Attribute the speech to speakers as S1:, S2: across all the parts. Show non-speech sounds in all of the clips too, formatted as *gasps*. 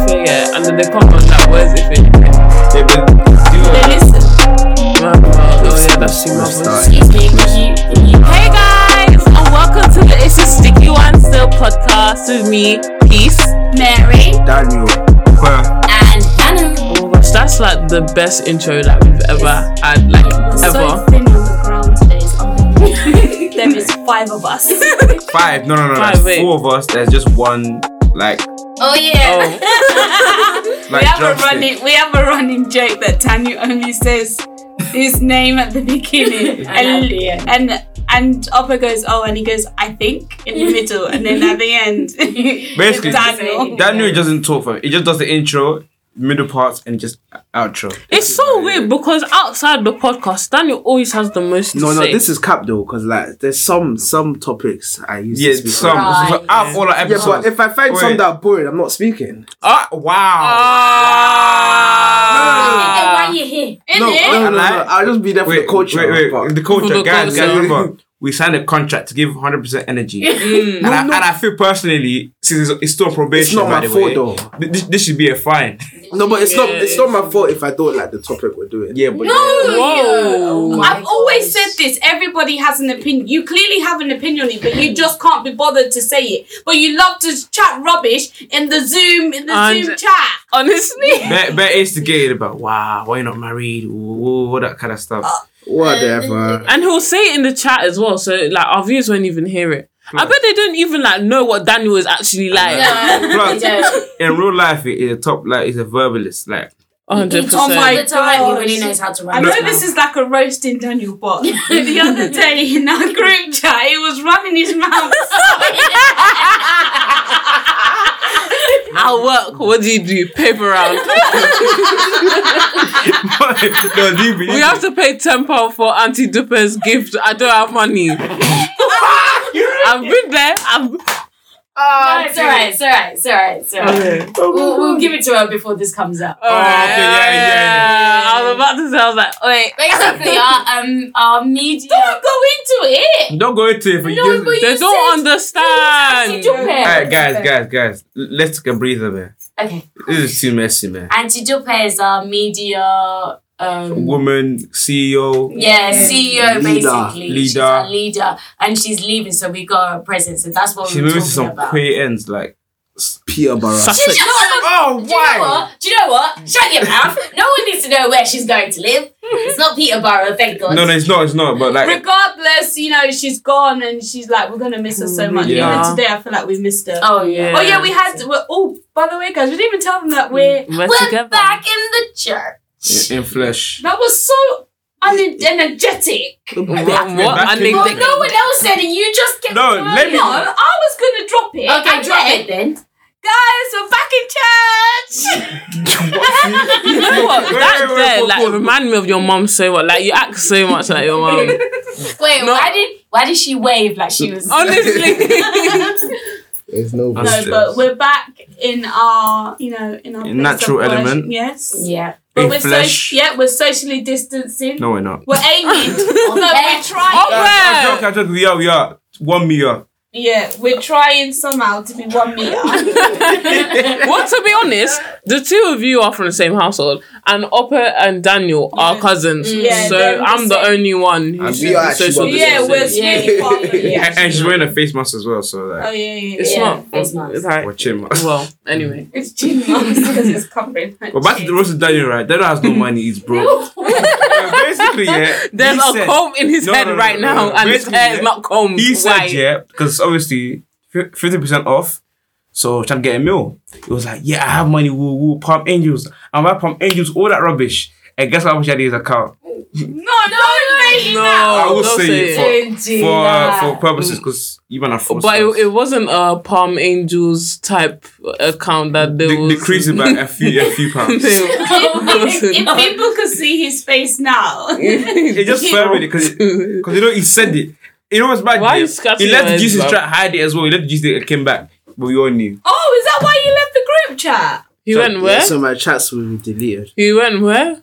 S1: Oh, podcast with me, Peace.
S2: Mary
S3: Daniel, Quirk,
S2: and Hannah.
S1: Oh my gosh, that's like the best intro that we've ever had, like
S2: So
S1: ever.
S2: thin on the ground today. It's
S4: *laughs*
S2: unbelievable. there is five of us.
S3: five. No, no, no,
S1: Five,
S3: there's
S1: wait.
S3: four of us. There's just one, like,
S2: oh yeah.
S3: like
S4: we have a
S3: drumstick.
S4: running we have a running joke that Tanya only says his name at the beginning
S2: And at the end.
S4: and and Oppa goes oh and he goes I think in the middle and then at the end *laughs*
S3: Basically, *laughs*
S4: Daniel
S3: Daniel doesn't talk for it. He just does the intro, middle parts, and just outro.
S1: It's so weird because outside the podcast, Daniel always has the most to
S5: No, no,
S1: say.
S5: this is cap though, because like there's some some topics I use.
S3: Yeah,
S5: to speak
S3: some.
S5: on.
S2: Right.
S3: so Out of all our
S5: Yeah,
S3: episodes.
S5: but if I find
S3: Wait.
S5: some that are boring, I'm not speaking.
S3: Ah, wow. Oh.
S1: Ah.
S2: and why you here?
S5: No, no, no, no, no,
S3: Like-
S5: I'll just be there for
S3: wait,
S5: the culture.
S3: wait, wait,
S5: but-
S3: The culture,
S1: For the
S3: guys, guys,
S1: culture.
S3: remember. We signed a contract to give 100% energy.
S2: Mm.
S3: and, I, and I feel personally, since it's, it's still on probation,
S5: It's not
S3: by
S5: my
S3: the
S5: fault,
S3: way,
S5: though.
S3: th- This, this should be a fine.
S5: no, but it's not it's not my fault if I don't like the topic we're doing.
S3: Yeah, but
S1: Whoa.
S4: I've always said this. Everybody has an opinion. You clearly have an opinion, on it, but you just can't be bothered to say it. But you love to chat rubbish in the Zoom in the
S1: And-
S4: Zoom chat.
S1: Honestly. *laughs*
S3: Better, better instigated about wow, why you not married? Ooh, all that kind of stuff.
S2: Uh.
S5: Whatever.
S1: And he'll say it in the chat as well, so like our viewers won't even hear it. I bet they don't even like know what Daniel is actually like.
S3: Plus,
S2: Yeah.
S3: in real life, it is a top like it's a verbalist.
S2: *laughs*
S3: Like *laughs*
S1: hundred percent.
S4: Oh my
S2: the time he really
S4: gosh.
S2: knows how to
S4: I
S2: run.
S4: know
S2: his
S4: this
S2: mouth.
S4: is like a roasting Daniel, but the other day in our group chat, it was running his mouth. *laughs*
S1: Our work. What do you do? Paper round.
S3: no, DB,
S1: we have to pay ten pound for Auntie Duper's gift. I don't have
S3: *laughs*
S1: money. I've been there. I've.
S2: *laughs* No, it's alright, it's alright, it's alright, it's alright. We'll, we'll give it to her before this comes out.
S1: All right,
S3: Oh, okay, yeah, yeah,
S1: oh, I was about to Oh, say. I was like, wait.
S2: Basically, our um our media.
S4: Don't go into it.
S3: don't go into it for
S2: No,
S3: you.
S2: but
S1: They
S2: you
S1: don't
S2: said-
S1: understand.
S2: you said
S3: All right,
S2: Dupe.
S3: guys, guys, guys. l- Let's take a breather, man.
S2: Okay,
S3: This is too messy, man.
S2: and Dupe is our media. Um,
S3: Woman, E CEO.
S2: Yeah, CEO
S5: Leader.
S2: basically. She's
S3: Leader.
S2: our leader, and she's leaving, so we got her presence, and that's what
S3: She's
S2: we're
S3: moving
S2: talking
S3: to some
S2: about.
S3: queer ends. Like,
S5: Peterborough.
S1: Such-
S2: She's
S3: *laughs*
S2: just-
S3: oh,
S2: Do you know what? Do you know what? Shut your mouth. No one needs to know where she's going to live. It's not Peterborough, thank God.
S3: No, no, it's not. It's not. But like,
S4: Regardless, you know she's gone, and she's like, we're gonna miss her so much.
S3: Yeah.
S4: Even today, I feel like we missed her.
S2: Oh yeah.
S4: Oh yeah, we had. We're, oh, by the way, guys, we didn't even tell them that we're.
S1: We're,
S2: We're
S1: together.
S2: back in the church.
S3: in, in
S4: *laughs*
S3: flesh.
S4: That was so unenergetic.
S1: What?
S3: Back- we're
S1: what?
S3: back
S1: And
S3: in
S1: they,
S3: the-
S2: Well,
S1: they,
S2: no one else said it. You just kept.
S3: No,
S2: throwing
S3: let me-
S4: No,
S2: it.
S4: I was gonna drop it.
S2: Okay,
S4: and
S2: drop
S4: then,
S2: it then.
S4: guys. We're back in church.
S3: *laughs*
S1: you know what?
S3: Wait,
S1: That
S3: wait, wait,
S1: there,
S3: wait,
S1: like,
S3: wait.
S1: remind me of your mom so much. Like, you act so much like your mom.
S2: *laughs* Wait,
S1: No.
S2: why did why did she wave like she was?
S1: Honestly.
S5: There's no.
S3: No,
S4: *laughs* No, but we're back in our, you know, in our
S3: In
S4: place
S3: natural
S4: of worship,
S3: element.
S4: Yes.
S2: *laughs* yeah.
S4: But
S3: In
S4: we're
S3: flesh.
S4: So, yeah, we're socially distancing.
S3: No, we're not. *laughs*
S4: We're aiming. no, we're
S1: Oh,
S4: trying.
S3: I'm
S1: man.
S3: joking, I'm joking. We are, we are. One meter.
S4: Yeah, we're trying somehow to be one
S3: *laughs*
S4: meter.
S1: well, to be honest, the two of you are from the same household, and Oppa and Daniel are cousins.
S4: Yeah,
S1: so
S4: they're the
S1: I'm the
S4: same.
S1: only one
S5: And
S1: who's
S5: we are actually
S1: social
S5: one of the
S4: yeah,
S5: same.
S4: we're
S1: distancing.
S5: Yeah.
S4: sneaky far from the
S3: And,
S4: edge.
S3: and she's wearing a face mask as well, so
S4: Oh yeah,
S3: like,
S4: yeah,
S1: It's
S4: yeah.
S2: Yeah,
S1: not.
S2: face mask.
S1: It's like,
S3: we're Mm. chill, man.
S1: Oh, well, anyway.
S4: It's chin because it's covering. her
S3: *laughs* But back to
S4: chin.
S3: the roast of Daniel, right? Daniel has no money, he's broke. Yeah, basically, yeah.
S1: There's
S3: he
S1: a
S3: said-
S1: comb in his
S3: No,
S1: head
S3: no, no,
S1: right
S3: no, no,
S1: now,
S3: no.
S1: and his
S3: Basically,
S1: hair is
S3: yeah.
S1: not combed. *laughs*
S3: He said,
S1: Why?
S3: yeah, because obviously fif- 50% off. So trying to get a meal. It was like, yeah, I have money, woo woo, Palm Angels. And why Palm Angels? All that rubbish. And guess how much I did his account?
S4: No, no, no,
S1: No,
S3: I will
S1: oh, don't
S3: say
S1: say
S3: it
S1: it.
S2: Don't do
S3: For uh,
S2: that.
S3: for purposes, because even a forced
S1: But
S3: us.
S1: it, it wasn't a Palm Angels type account that *laughs* there
S3: De-
S1: was.
S3: decreasing by a few a few
S4: *laughs*
S3: pounds. it
S4: If,
S1: It
S4: if *laughs* people could see his
S1: *laughs*
S4: face now, Oh,
S3: just fell because because you know he said it. You know what's bad?
S1: Why
S3: yeah?
S1: you scratching
S3: He
S1: your
S3: let
S1: head,
S3: Jesus
S1: bruv?
S3: try to hide it as well. He let Jesus it came back, but we all knew.
S4: oh, is that why you left the group chat?
S1: He went
S5: *laughs* Yeah,
S1: where?
S5: so my chats will be deleted.
S1: He went where?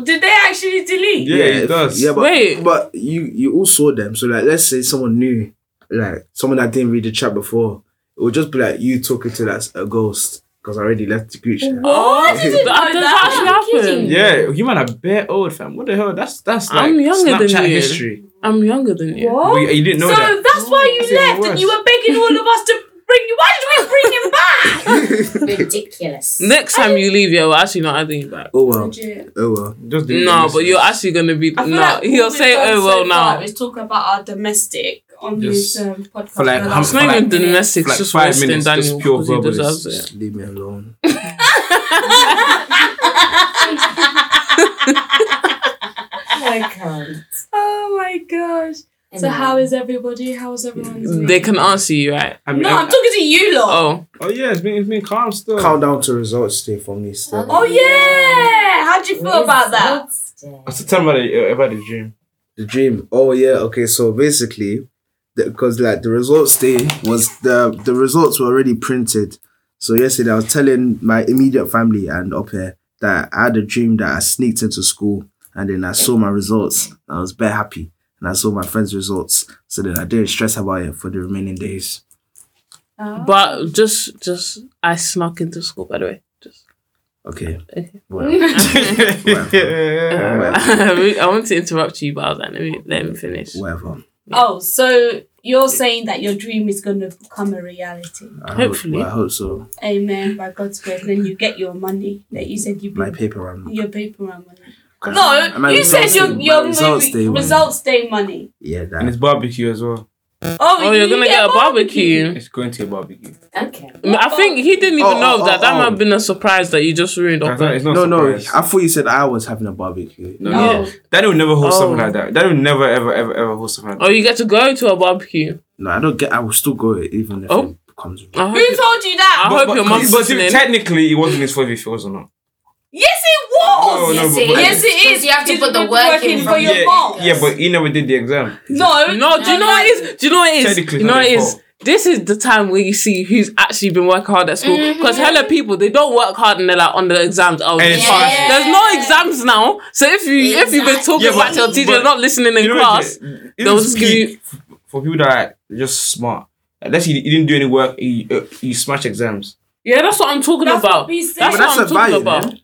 S4: Did they actually delete?
S3: Yeah, it
S5: if-
S3: does.
S5: Yeah, but
S1: Wait.
S5: but you you all saw them. So like, let's say someone new, like someone that didn't read the chat before, it would just be like you talking to that a ghost because I already left the group chat.
S1: Oh,
S5: did it
S1: that, that
S4: know
S2: that?
S1: actually happened.
S2: Kidding.
S3: Yeah, you man are bare old fam. What the hell? That's that's like
S1: I'm younger than
S3: Snapchat
S1: you.
S3: history.
S1: I'm younger than you.
S4: What?
S3: But you, you didn't know
S4: Oh, so
S3: that.
S4: that's why you
S3: It's even
S4: left, and you
S3: worse.
S4: were begging all of us to bring you? Why did we bring him
S1: *laughs*
S3: *laughs*
S4: back?
S2: Ridiculous.
S1: Next time you leave, yeah, we're actually not adding you back.
S5: *laughs* Oh well.
S4: Legit.
S5: Oh well. Just do
S1: No,
S5: this.
S1: but you're actually gonna be
S4: I feel
S1: no.
S4: like all
S1: he'll
S4: we've
S1: say,
S4: done
S1: "Oh
S4: so
S1: well,
S4: far
S1: now."
S4: is talk about our domestic on
S3: Just
S4: this um, podcast.
S3: for like
S4: the
S3: how-
S4: last
S1: It's not even
S3: like-
S4: *laughs*
S1: domestic. *laughs*
S3: like
S1: It's just
S3: five
S1: wasting
S3: minutes,
S1: Daniel
S3: just pure
S1: because he
S3: verbal is-
S1: deserves it.
S5: Just leave me alone.
S4: Oh my gosh. So how is everybody? How is everyone's week?
S1: They can answer you, right?
S3: I mean,
S4: No,
S3: I-
S4: I'm talking to you lot.
S1: Oh,
S3: oh yeah, it's been it's been calm still.
S5: Countdown to results day for me still.
S4: Oh, yeah. How do you feel about that?
S3: I still tell me about the, uh, about the
S1: *laughs*
S3: dream.
S5: The dream. Oh yeah. Okay. So basically, because like the results day was the the results were already printed. So yesterday I was telling my immediate family and up here that I had a dream that I sneaked into school and then I saw my results. I was bare happy and I saw my friends' results. So then I didn't stress about it for the remaining days.
S1: but just, just I snuck into school. By the way, just *laughs*
S5: Okay.
S1: Okay.
S4: *laughs*
S5: Well, whatever.
S1: I want to interrupt you, but I was like, let me let me finish.
S5: whatever.
S4: Oh, so you're saying that your dream is going to become a reality.
S5: I
S1: Hopefully.
S5: Hope, well, I hope so.
S4: Amen. By God's grace. Then you get your money that you said you
S5: My
S4: bring.
S5: paper round.
S4: Your paper round money.
S5: And
S4: No,
S5: my
S4: you said
S5: results
S4: your,
S5: day- my
S4: your
S5: results
S4: movie,
S5: day one.
S4: results day money.
S3: *laughs*
S5: Yeah,
S3: and it's
S5: that.
S3: barbecue as well.
S4: Oh,
S1: Oh, you're gonna get a barbecue.
S3: It's going to a barbecue.
S2: Okay.
S1: I mean, I think he didn't even
S5: Oh,
S1: know
S5: oh,
S1: that.
S5: oh,
S1: that might
S5: oh.
S1: have been a surprise that you just ruined.
S3: That's
S1: Up
S3: not, it's not
S5: No,
S3: a
S5: no. I
S3: surprise.
S5: thought you said I was having a barbecue.
S3: No,
S4: No.
S3: no. Daddy would never host
S1: Oh.
S3: something like that. Daddy would never, ever, ever, ever host something like
S1: Oh,
S3: that.
S1: you get to go to a barbecue.
S5: No, I don't get. I will still go even if
S1: Oh.
S5: it comes.
S1: I
S4: Who
S1: hope,
S4: told you that?
S1: I hope your mum's
S3: But see,
S1: listening.
S3: technically, it wasn't his fault if he was or not.
S4: Yes, it was.
S3: Oh, no,
S2: yes,
S3: but-
S2: it
S3: but-
S2: is.
S4: Yes, it is.
S2: You have to
S4: You
S2: put the
S4: put
S2: work
S4: work in
S2: in
S4: for
S2: But
S4: your
S3: yeah,
S4: mom.
S3: Yeah, but he never did the exam.
S4: No,
S1: No, do you know what it is? Do you know what it is?
S3: Technically,
S1: You know
S3: not
S1: what it
S3: their
S1: is?
S3: fault.
S1: This is the time where you see who's actually been working hard at school. Because hella
S4: Mm-hmm.
S1: people, they don't work hard and they're like on the exams. Oh,
S3: And it's
S1: fine.
S2: fast.
S1: There's no exams now. So if you if you've been talking
S3: Yeah, but-
S1: about your teacher
S3: but-
S1: not listening in
S3: You know what
S1: class,
S3: it is?
S1: they'll
S3: Even
S1: just give
S3: speak
S1: you-
S3: f- for people that are just smart. Unless he, he didn't do any work, he, uh, he smashed exams.
S1: yeah, that's what I'm talking
S4: That's
S1: about.
S4: what we said.
S1: that's
S4: But
S1: what I'm talking about.
S5: man.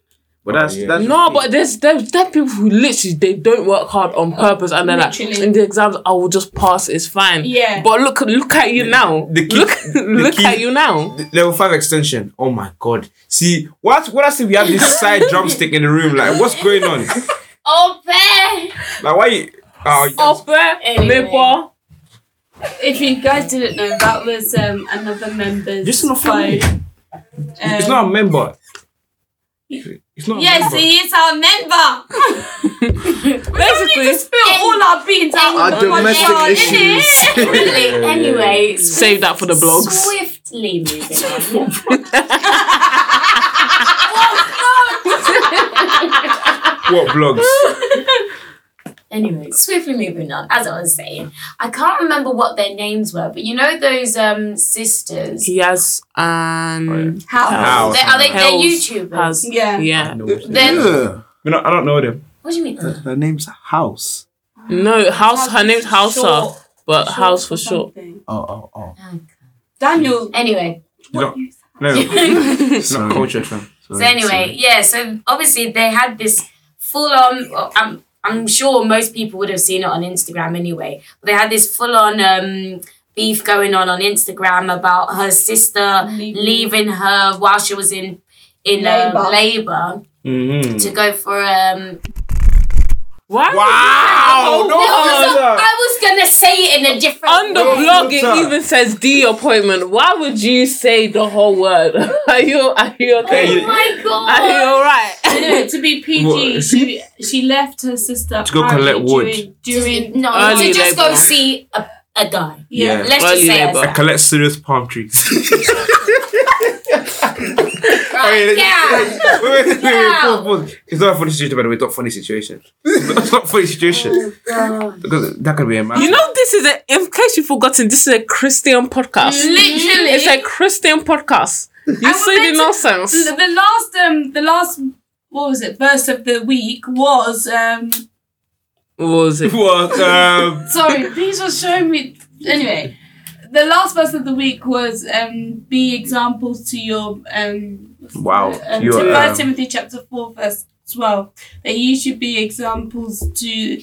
S5: But that's
S3: Oh, yeah.
S5: that's
S1: No, but there's there's there are people who literally they don't work hard on purpose and they're like
S4: Literally.
S1: in the exams I will just pass it's fine.
S4: Yeah.
S1: But look look at you now.
S3: the key-
S1: look
S3: the
S1: look
S3: key-
S1: at you now.
S3: The Level five extension. Oh my god! See what? What I see? We have this
S2: *laughs*
S3: side drumstick in the room. Like, what's going on? Like,
S2: Oh, Open.
S3: why? You, oh,
S1: Offer,
S2: Anyway.
S1: maple.
S4: If you guys didn't know, that was um, another member's.
S3: This is not
S4: phone.
S3: family. it's not a member. It's not. a
S4: Yes,
S3: member.
S4: he is
S1: *laughs*
S4: our member.
S1: Basically,
S4: Spill all our beans out
S5: our
S4: on the
S5: domestic
S4: podcast, innit?
S5: issues.
S2: *laughs* Really? Anyway,
S1: save that for the blogs. *laughs*
S2: swiftly moving on.
S3: What blogs?
S2: *laughs* Anyway, swiftly moving on. As I was saying, I can't remember what their names were, but you know those um sisters.
S1: He has and
S4: How?
S3: How?
S2: They, are they? They're
S1: Hells
S2: YouTubers.
S1: has
S4: Oh, Yeah.
S1: um, yeah.
S2: Then-
S5: yeah.
S3: You know, I don't know them.
S2: What do you mean?
S5: Her, her name's House.
S1: No, house her name's House
S4: Short.
S1: but
S4: Short
S1: House for
S4: or *laughs*
S1: short.
S4: something.
S5: Oh, oh, oh.
S4: Daniel.
S2: Anyway,
S3: You don't,
S2: *laughs*
S3: no, it's not
S5: Sorry.
S3: culture, fam.
S5: Sorry,
S2: so anyway, yeah. So obviously they had this full on. I'm I'm sure most people would have seen it on Instagram anyway. But they had this full on um, beef going on on Instagram about her sister
S4: Leaving.
S2: leaving her while she was in in
S4: Labour.
S2: Um, labor to
S3: Mm-hmm.
S2: go for um Oh,
S1: Why? Oh,
S3: Wow! No,
S2: No, I was, I was gonna say it in a different
S1: On the
S2: way.
S1: blog, it
S3: Doctor.
S1: even says the appointment. Why would you say the whole word? *laughs* Are you are you okay?
S2: Oh my
S1: Are you
S2: god!
S1: alright?
S4: *laughs* Anyway, to be PG,
S3: What?
S4: she, she left her sister
S3: To go
S4: apparently
S3: collect wood.
S4: During, during
S2: no,
S1: Early
S2: to just go
S1: labour.
S2: see a, a guy.
S3: Yeah.
S2: Let's
S1: Early
S2: just say
S1: labour.
S2: a
S3: I collect serious palm trees. *laughs*
S2: Right, yeah.
S3: wait, wait, wait, wait,
S2: Yeah.
S3: pause, pause. It's not a funny situation, by the way. It's not a funny situation. It's not a funny situation.
S2: Oh,
S3: Because that could be a man.
S1: You know, this is a, in case you've forgotten, this is a Christian podcast.
S4: Literally.
S1: It's a Christian podcast. You
S4: we're
S1: say the
S4: meant to-
S1: nonsense.
S4: the, the last um the last what was it verse of the week was um
S1: What was it?
S3: What? Um,
S4: sorry these were showing me anyway the last verse of the week was um be examples to your um
S3: wow.
S1: Uh,
S4: um,
S3: You're,
S4: to
S3: um,
S4: First Timothy chapter four verse twelve that you should be examples to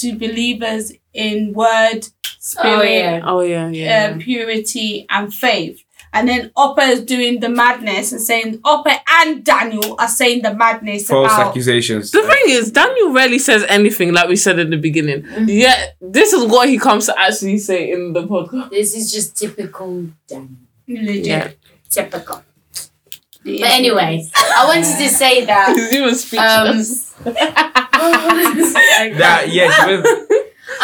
S4: to believers in word
S2: Oh,
S4: spirit,
S2: yeah.
S1: Oh yeah, yeah.
S4: uh, purity, and faith. And then Upper is doing the madness and saying Upper and Daniel are saying the madness
S3: False
S4: about
S3: accusations.
S1: the thing is, Daniel rarely says anything like we said in the beginning. Yeah, this is what he comes to actually say in the podcast. *laughs*
S2: This is just typical Dan.
S4: legit.
S1: Yeah.
S2: Typical. But anyway, *laughs* I wanted to say that.
S4: *laughs*
S2: *laughs*
S1: He's even speechless. um,
S4: Oh, *laughs*
S3: that yes, with,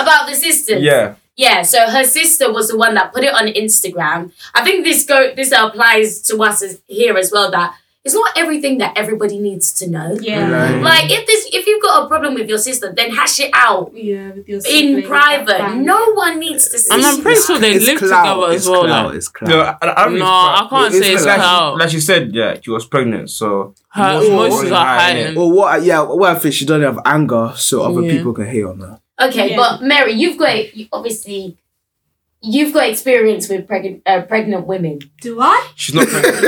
S2: about the sisters.
S3: yeah.
S2: Yeah, so her sister was the one that put it on Instagram. I think this go this applies to us as, here as well that it's not everything that everybody needs to know.
S4: Yeah.
S1: uh,
S5: Like-
S2: Like if this if you've got a problem with your sister, then hash it out
S4: Yeah, with your
S2: in
S4: siblings,
S2: private.
S4: family.
S2: No one needs to see.
S1: and I'm pretty sure they
S5: It's
S1: live
S5: clout,
S1: together
S5: it's
S1: as well.
S5: clout,
S1: Like,
S5: it's clout.
S3: No, I, I don't
S1: no,
S3: think
S1: I can't
S5: It's
S1: say it's
S5: clout.
S3: like,
S1: how
S3: She, like she said, yeah, she was pregnant, so
S1: *laughs* her
S5: Emotions
S1: emotions
S5: are
S1: are
S3: high,
S1: heightened.
S5: Well, what? Yeah, what if she do not have anger, so other
S1: Um, Yeah.
S5: people can hate on her?
S2: Okay,
S4: Yeah.
S2: but Mary, you've got you, obviously you've got experience with pregnant uh, pregnant
S4: *laughs*
S2: women.
S4: Do I?
S3: she's
S5: *laughs*
S3: not
S1: *laughs*
S3: pregnant.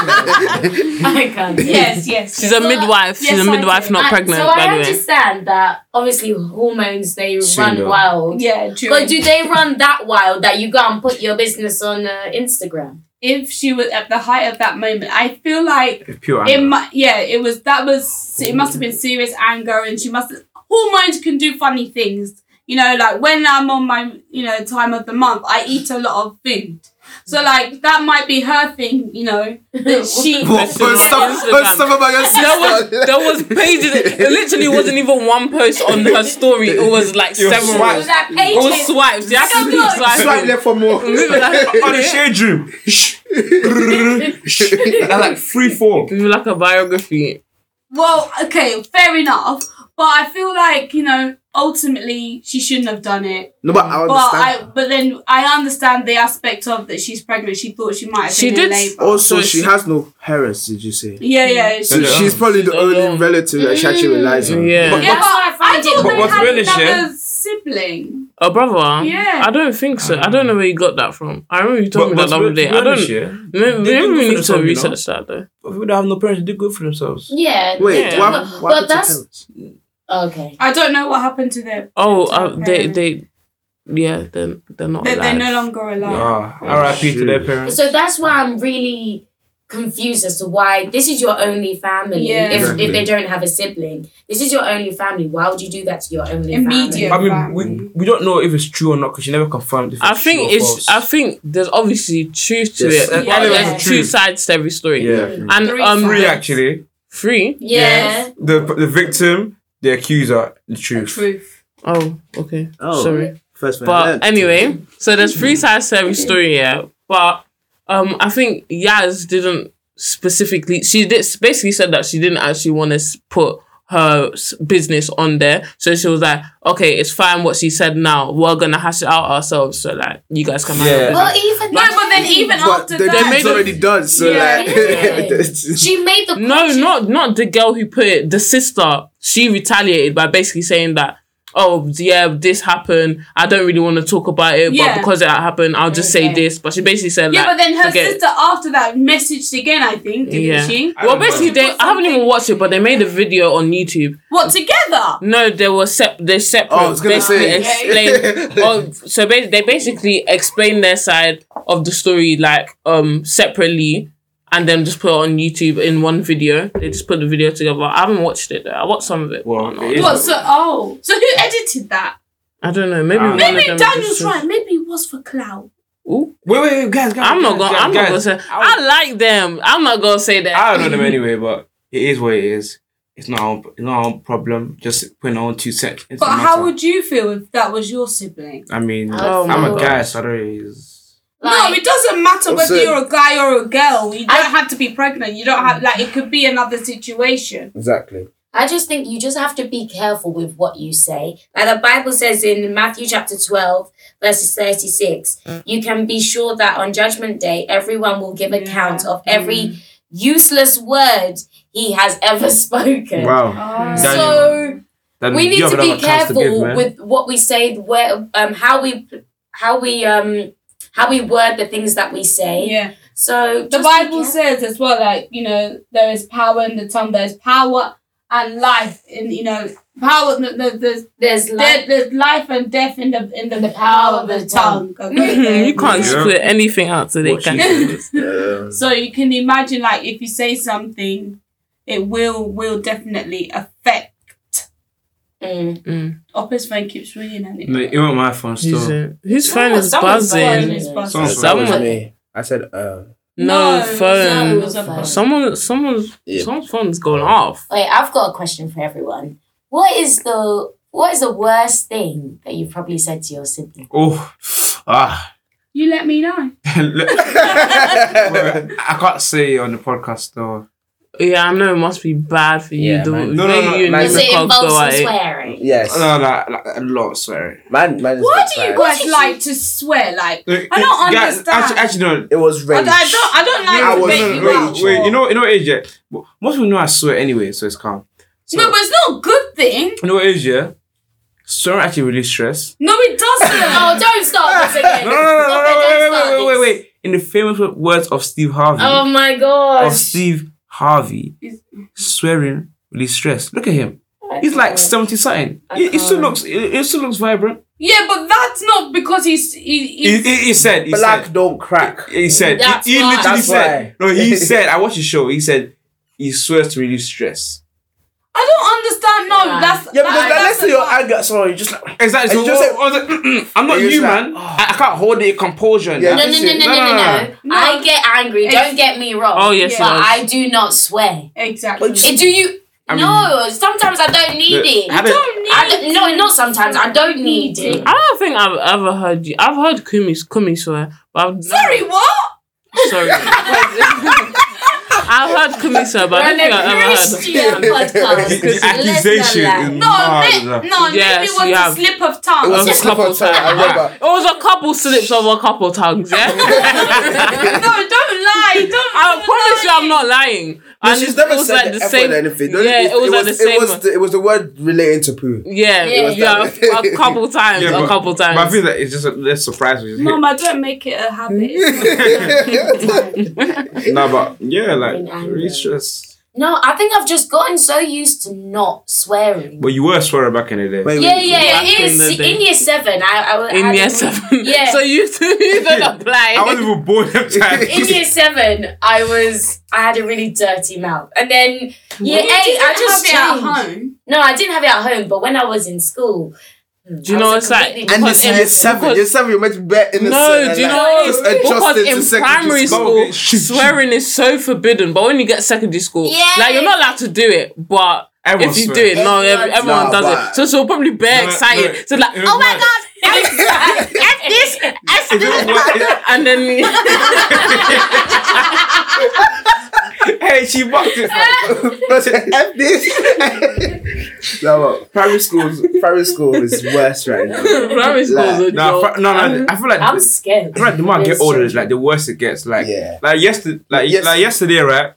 S2: I *laughs* can't.
S1: *laughs*
S4: Yes, yes.
S1: She's a
S2: So-
S1: midwife. She's
S4: Yes,
S1: a
S4: I
S1: midwife,
S4: do.
S1: not
S2: I-
S1: pregnant.
S2: So
S1: by
S2: I
S1: the way.
S2: understand that obviously hormones they
S3: Soon
S2: run
S3: though.
S2: wild.
S4: yeah, true.
S2: But do they run that wild that you go and put your business on uh, Instagram?
S4: if she was at the height of that moment, I feel like
S3: Pure
S4: it
S3: anger.
S4: mu- yeah, it was that was it must have been serious anger and she must hormones can do funny things. You know, like when I'm on my you know time of the month, I eat a lot of food. So like that might be her thing, you know. *laughs* That she
S5: What?
S1: Question
S5: First
S1: on
S5: stuff,
S1: Instagram.
S5: first stuff about your
S1: *laughs* There was
S5: sister.
S1: there was pages. It literally wasn't even one post on her story. It was like
S3: It was
S1: several.
S3: swipes.
S2: Was that
S1: It
S2: page?
S1: was swipes. Yeah, I can keep swiping.
S5: Swipe left for
S1: *laughs*
S5: more.
S3: on a shade room. That's like free fall.
S1: Give me like a biography.
S4: Well, okay, fair enough. But I feel like, you know, ultimately she shouldn't have done it.
S5: No, but I
S4: But
S5: understand.
S4: I but then I understand the aspect of that she's pregnant. She thought she might have
S1: She
S4: been in
S1: did-
S4: labour.
S1: So
S5: also, Oh, she
S1: it's-
S5: has no parents. Did you say?
S4: Yeah, yeah.
S1: Mm.
S5: So
S3: Yeah.
S5: she's probably the
S1: So
S5: only
S1: long.
S5: relative that she actually relies on.
S1: Yeah.
S5: But-
S4: Yeah,
S2: That's why I
S4: but I
S2: find it-
S4: thought
S3: But
S4: they
S3: what's
S4: had
S3: really shit-
S4: another sibling.
S1: A brother?
S4: Yeah.
S1: I don't think so. I don't know where you got that from. I remember you talking about that other day. I don't. Maybe,
S3: They
S1: maybe
S3: didn't
S1: we need
S3: go for
S1: to
S3: the song, you know?
S1: research that though.
S3: People that have no parents they do good for themselves.
S2: Yeah.
S5: Wait,
S1: Yeah.
S5: what,
S2: But-
S5: what
S2: but
S5: happened to
S2: that's-
S5: parents?
S2: Okay.
S4: I don't know what happened to them.
S1: Oh,
S4: To
S1: uh,
S4: the
S1: they
S4: parents.
S1: they, yeah, they're they're not
S4: That
S1: alive.
S4: they're no longer alive.
S3: Ah, R.I.P. to their parents.
S2: So that's why I'm really confused as to why this is your only family.
S4: Yeah.
S2: If,
S5: Exactly.
S2: if they don't have a sibling, this is your only family. Why would you do that to your only
S4: Immediate.
S2: family?
S3: I mean, we, we don't know if it's true or not because she never confirmed. If it's
S1: I think
S3: true or
S1: it's.
S3: false.
S1: I think there's obviously truth to
S5: Yes,
S1: it. but
S4: yeah,
S1: there's
S2: yeah.
S1: two sides to every story.
S3: yeah,
S1: And
S4: Three
S1: um,
S3: three
S4: sides.
S3: actually.
S1: three.
S2: Yeah.
S3: The the victim, the accuser, the truth.
S4: Truth.
S1: Oh, okay.
S5: Oh.
S1: Sorry.
S5: First man
S1: But
S5: learned.
S1: anyway, so there's three sides to every story, yeah. But um, I think Yaz didn't specifically. She did basically said that she didn't actually want to put her s- business on there. So she was like, okay, it's fine what she said. Now we're gonna hash it out ourselves. So like, you guys can handle
S3: Yeah.
S1: it.
S2: Well, even
S4: No, but then even
S5: But
S4: after
S5: the
S4: that,
S1: made
S5: deed's
S1: it-
S5: already done, so
S4: Yeah.
S5: like. *laughs*
S2: she made the
S1: No, not not the girl who put it. The sister. She retaliated by basically saying that. Oh yeah, this happened. I don't really want to talk about it,
S4: Yeah.
S1: but because it happened, I'll just say
S2: Okay.
S1: this. But she basically said
S4: yeah,
S1: like,
S4: but then her
S1: forget it.
S4: sister after that messaged again. I think didn't
S1: Yeah.
S4: she?
S3: I
S1: well,
S3: don't
S1: basically,
S3: know.
S1: they I haven't even watched it, but they made a video on YouTube.
S4: What together?
S1: No, they were sep- they separate.
S5: Oh, I was gonna
S1: basically
S5: say.
S3: *laughs*
S1: explained. oh, so ba- they basically explained their side of the story like um separately, and then just put it on YouTube in one video. They just put the video together. I haven't watched it though. I watched some of it. but
S3: Well, it
S1: not-
S3: is-
S4: What? So oh, so who edited that?
S1: I don't know. Maybe
S3: Ah.
S1: one
S4: Maybe
S1: of them
S4: Daniel's
S1: just-
S4: right. Maybe it was for clout.
S1: Ooh,
S3: Wait, wait, wait, guys, guys.
S1: I'm not
S3: guys,
S1: gonna.
S3: guys,
S1: I'm
S3: guys.
S1: not gonna say.
S3: I,
S1: I like them. I'm not gonna say that.
S3: I don't know them anyway, but it is what it is. It's not our, it's not our problem. Just putting on two cents. It
S4: But
S3: doesn't
S4: how
S3: matter.
S4: would you feel if that was your sibling?
S3: I mean?
S2: Oh
S3: I'm
S1: my
S3: a
S1: God. *laughs*
S3: guy, so there is.
S4: no, it doesn't matter
S5: Also-
S4: whether you're a guy or a girl. You don't
S2: I-
S4: have to be pregnant. You don't have like it could be another situation.
S5: *laughs* Exactly.
S2: I just think you just have to be careful with what you say. Like the Bible says in Matthew chapter 12, verses 36,
S3: Mm.
S2: you can be sure that on judgment day, everyone will give account of
S3: Mm.
S2: every useless word he has ever *laughs* spoken.
S5: Wow. Um,
S4: Hmm.
S3: Daniel,
S2: Oh, So
S3: Then
S2: we need
S3: you
S2: to
S3: have
S2: be
S3: another chance to
S2: careful
S3: give, man.
S2: with what we say, where um how we how we um how we word the things that we say.
S4: Yeah.
S2: So
S4: The
S2: just be
S4: Bible
S2: careful.
S4: says as well, like, you know, there is power in the tongue, there is power and life in you know power the the, the
S2: There's
S4: there,
S2: like
S4: there's life and death in the in the, power of the tongue. Okay? *laughs*
S1: you can't
S3: Yeah.
S1: split anything out today,
S3: What she
S1: can you?
S3: said.
S5: Yeah.
S4: So you can imagine, like, if you say something, it will will definitely affect.
S2: mm.
S1: Mm.
S4: Oppa's phone keeps ringing, and it.
S3: No, it won't my phone
S1: Who's,
S3: still.
S1: uh, whose phone
S2: No,
S1: is
S2: someone's phone
S1: buzzing?
S2: is-
S3: Someone's
S5: That was
S1: Someone-
S5: me. I said, uh,
S1: No, phone.
S4: It was a phone.
S1: Someone, someone's,
S5: Yeah.
S1: someone's phone's gone off.
S2: Wait, I've got a question for everyone. What is the what is the worst thing that you've probably said to your sibling?
S3: Oh, ah. *laughs*
S4: You let me know.
S3: Wait, I can't say on the podcast though.
S1: Yeah, I know it must be bad for you.
S5: Yeah,
S1: the
S5: man.
S1: way
S3: No, no, no,
S1: you and
S5: like-
S1: Nico
S5: Does
S2: Because it
S1: go
S2: involves
S1: at
S2: some
S1: it.
S2: swearing.
S5: yes.
S3: No, no, like, a lot of swearing.
S5: Man, man is
S4: Why
S5: not
S4: do you
S5: fine.
S4: guys
S2: Why?
S4: like to swear? Like,
S3: I
S4: don't understand.
S3: uh, Actually, actually, no.
S5: It was
S4: I, I
S5: rage.
S4: don't, I don't like
S5: I
S4: to
S5: was-
S4: make
S5: no,
S4: you
S5: no,
S4: out.
S3: wait, wait, you know, you know, what age, yeah? But Most people know I swear anyway, so it's calm. So,
S4: No, but it's not a good thing.
S3: you know what age, yeah? Swearing actually relieves stress.
S2: *laughs*
S4: No, it doesn't.
S2: Oh, don't start this
S3: *laughs*
S2: again.
S3: No, no, no, no, no,
S2: Okay, don't
S3: wait,
S2: start
S3: wait, wait, wait,
S2: this.
S3: wait, wait. In the famous words of Steve Harvey,
S2: Oh my
S3: of
S2: gosh.
S3: Steve Harvey, swearing really stress. Look at him. He's like seventy something. He, he still
S2: can't.
S3: looks. He, he still looks vibrant.
S4: yeah, but that's not because he's he,
S3: He,
S4: he's
S3: he, he said. He
S5: Black
S3: said.
S5: don't crack.
S3: He said.
S2: That's
S3: he he
S2: why.
S3: literally
S5: That's
S3: said.
S5: why.
S3: No, he said. I watched the show. He said he swears to relieve stress.
S4: I don't understand. No,
S2: Nah.
S4: that's
S5: Yeah, because
S4: that-
S5: that
S4: that's
S5: lets
S4: a-
S5: to your anger. Sorry,
S3: *laughs*
S4: *laughs*
S5: just like.
S3: Exactly. So
S5: And you just
S3: what-
S5: said-
S3: I was like, "Mm-mm, *clears throat* I'm not
S5: And you
S3: you,
S5: just like, oh.
S3: man. I, I can't hold the composure. and
S5: Yeah,
S3: that."
S2: No, no, no, no,
S5: No,
S2: no,
S3: no,
S2: no, no.
S4: no.
S2: I get angry.
S4: It's-
S2: Don't get me wrong.
S1: Oh, yes,
S4: Yeah.
S2: But
S1: it was.
S2: I do not swear.
S4: exactly.
S5: But
S2: Eh, Do you?
S3: I mean-
S2: no. Sometimes I don't need
S3: Look,
S2: it.
S3: I don't-
S2: I don't, no, not sometimes. I don't need it.
S1: I don't think I've ever heard you. I've heard Kumi, Kumi swear, but I've
S4: Sorry, what?
S1: Sorry. I've heard Kumi swear, but I
S2: We're
S1: don't think
S2: on a
S1: I've ever heard.
S2: Christian
S3: *laughs*
S2: podcast.
S1: Let's
S3: The
S1: not
S3: accusation. is
S2: Let's
S4: No,
S2: not lie.
S3: mad, bro.
S4: ma- no,
S1: Yes,
S4: maybe it was
S1: you have.
S4: a slip of tongue.
S5: It was
S1: It was a
S5: a slip
S1: couple
S5: of tongue. I
S1: times.
S5: remember.
S1: It was a couple slips of a couple tongues,
S5: *laughs*
S1: yeah?
S4: *laughs* no, don't lie. Don't.
S1: I promise you, I'm not lying.
S5: No,
S1: And
S5: she's
S1: it
S5: never
S1: was
S5: said
S1: like
S5: the
S1: the
S5: F
S1: same.
S5: word or anything. No,
S1: Yeah, it was like the
S5: It
S1: same.
S5: was, the, it was the word relating to *laughs* poo.
S1: Yeah,
S2: It was
S1: yeah,
S5: that one.
S1: a
S3: *laughs*
S1: couple times,
S3: Yeah,
S1: a
S3: but-
S1: couple
S3: But I
S1: times.
S3: feel like it's just a, that's surprising.
S4: Mama, don't make it a habit. It's not-
S3: No,
S5: *laughs*
S3: but yeah, like
S2: Been angry.
S3: really stress.
S2: No, I think I've just gotten so used to not swearing.
S3: But you were a swearer back in the day.
S5: Wait,
S2: Yeah,
S5: wait,
S2: yeah, yeah.
S1: Back
S2: In,
S1: in the
S2: year-
S1: day.
S2: in year seven, I, I was
S1: In
S2: I-
S1: year seven.
S2: *laughs* Yeah.
S1: *laughs* So you two you
S3: *laughs*
S1: don't
S3: I wasn't
S1: apply.
S3: even born that time.
S2: In year seven, I was I had a really dirty mouth, and then year
S4: You
S2: eight, I
S4: didn't
S2: just
S4: have it at
S2: changed.
S4: home.
S2: No, I didn't have it at home, but when I was in school, hmm,
S1: Do you know what it's like?
S5: And
S1: Because
S5: this year
S1: in-
S5: seven,
S1: because-
S5: year seven, you meant to be bare innocent.
S1: No,
S5: and
S1: do you
S5: like,
S1: know?
S5: just
S1: Because
S5: adjusted to
S1: in
S5: secondary
S1: primary
S5: school. *laughs*
S1: school,
S3: Shoot, shoot.
S1: swearing is so forbidden. But when you get secondary school,
S2: Yeah.
S1: like you're not allowed to do it. But
S3: Everyone
S1: if you
S3: swears.
S1: do it, no, everyone,
S2: Everyone
S1: everyone
S5: does.
S1: does
S5: Nah,
S1: it.
S5: but-
S1: So so probably
S3: No,
S1: bare
S3: no,
S1: excited. so like,
S3: it was
S1: oh my
S3: mad.
S2: *laughs*
S1: god, F this, F this, and then
S3: *laughs*
S1: *laughs*
S3: hey, she walked it. fam.
S5: F this. *laughs* no, but primary schools, primary school is worse right now.
S1: primary school is a
S3: Nah,
S1: joke.
S3: fa- no, no,
S5: Um,
S3: I feel like
S2: I'm
S3: I
S2: scared.
S3: feel like the more I get
S2: It's
S3: older,
S2: so-
S3: it's like the worse it gets. Like,
S5: Yeah.
S3: like yesterday, like,
S5: Yes.
S3: like yesterday, right?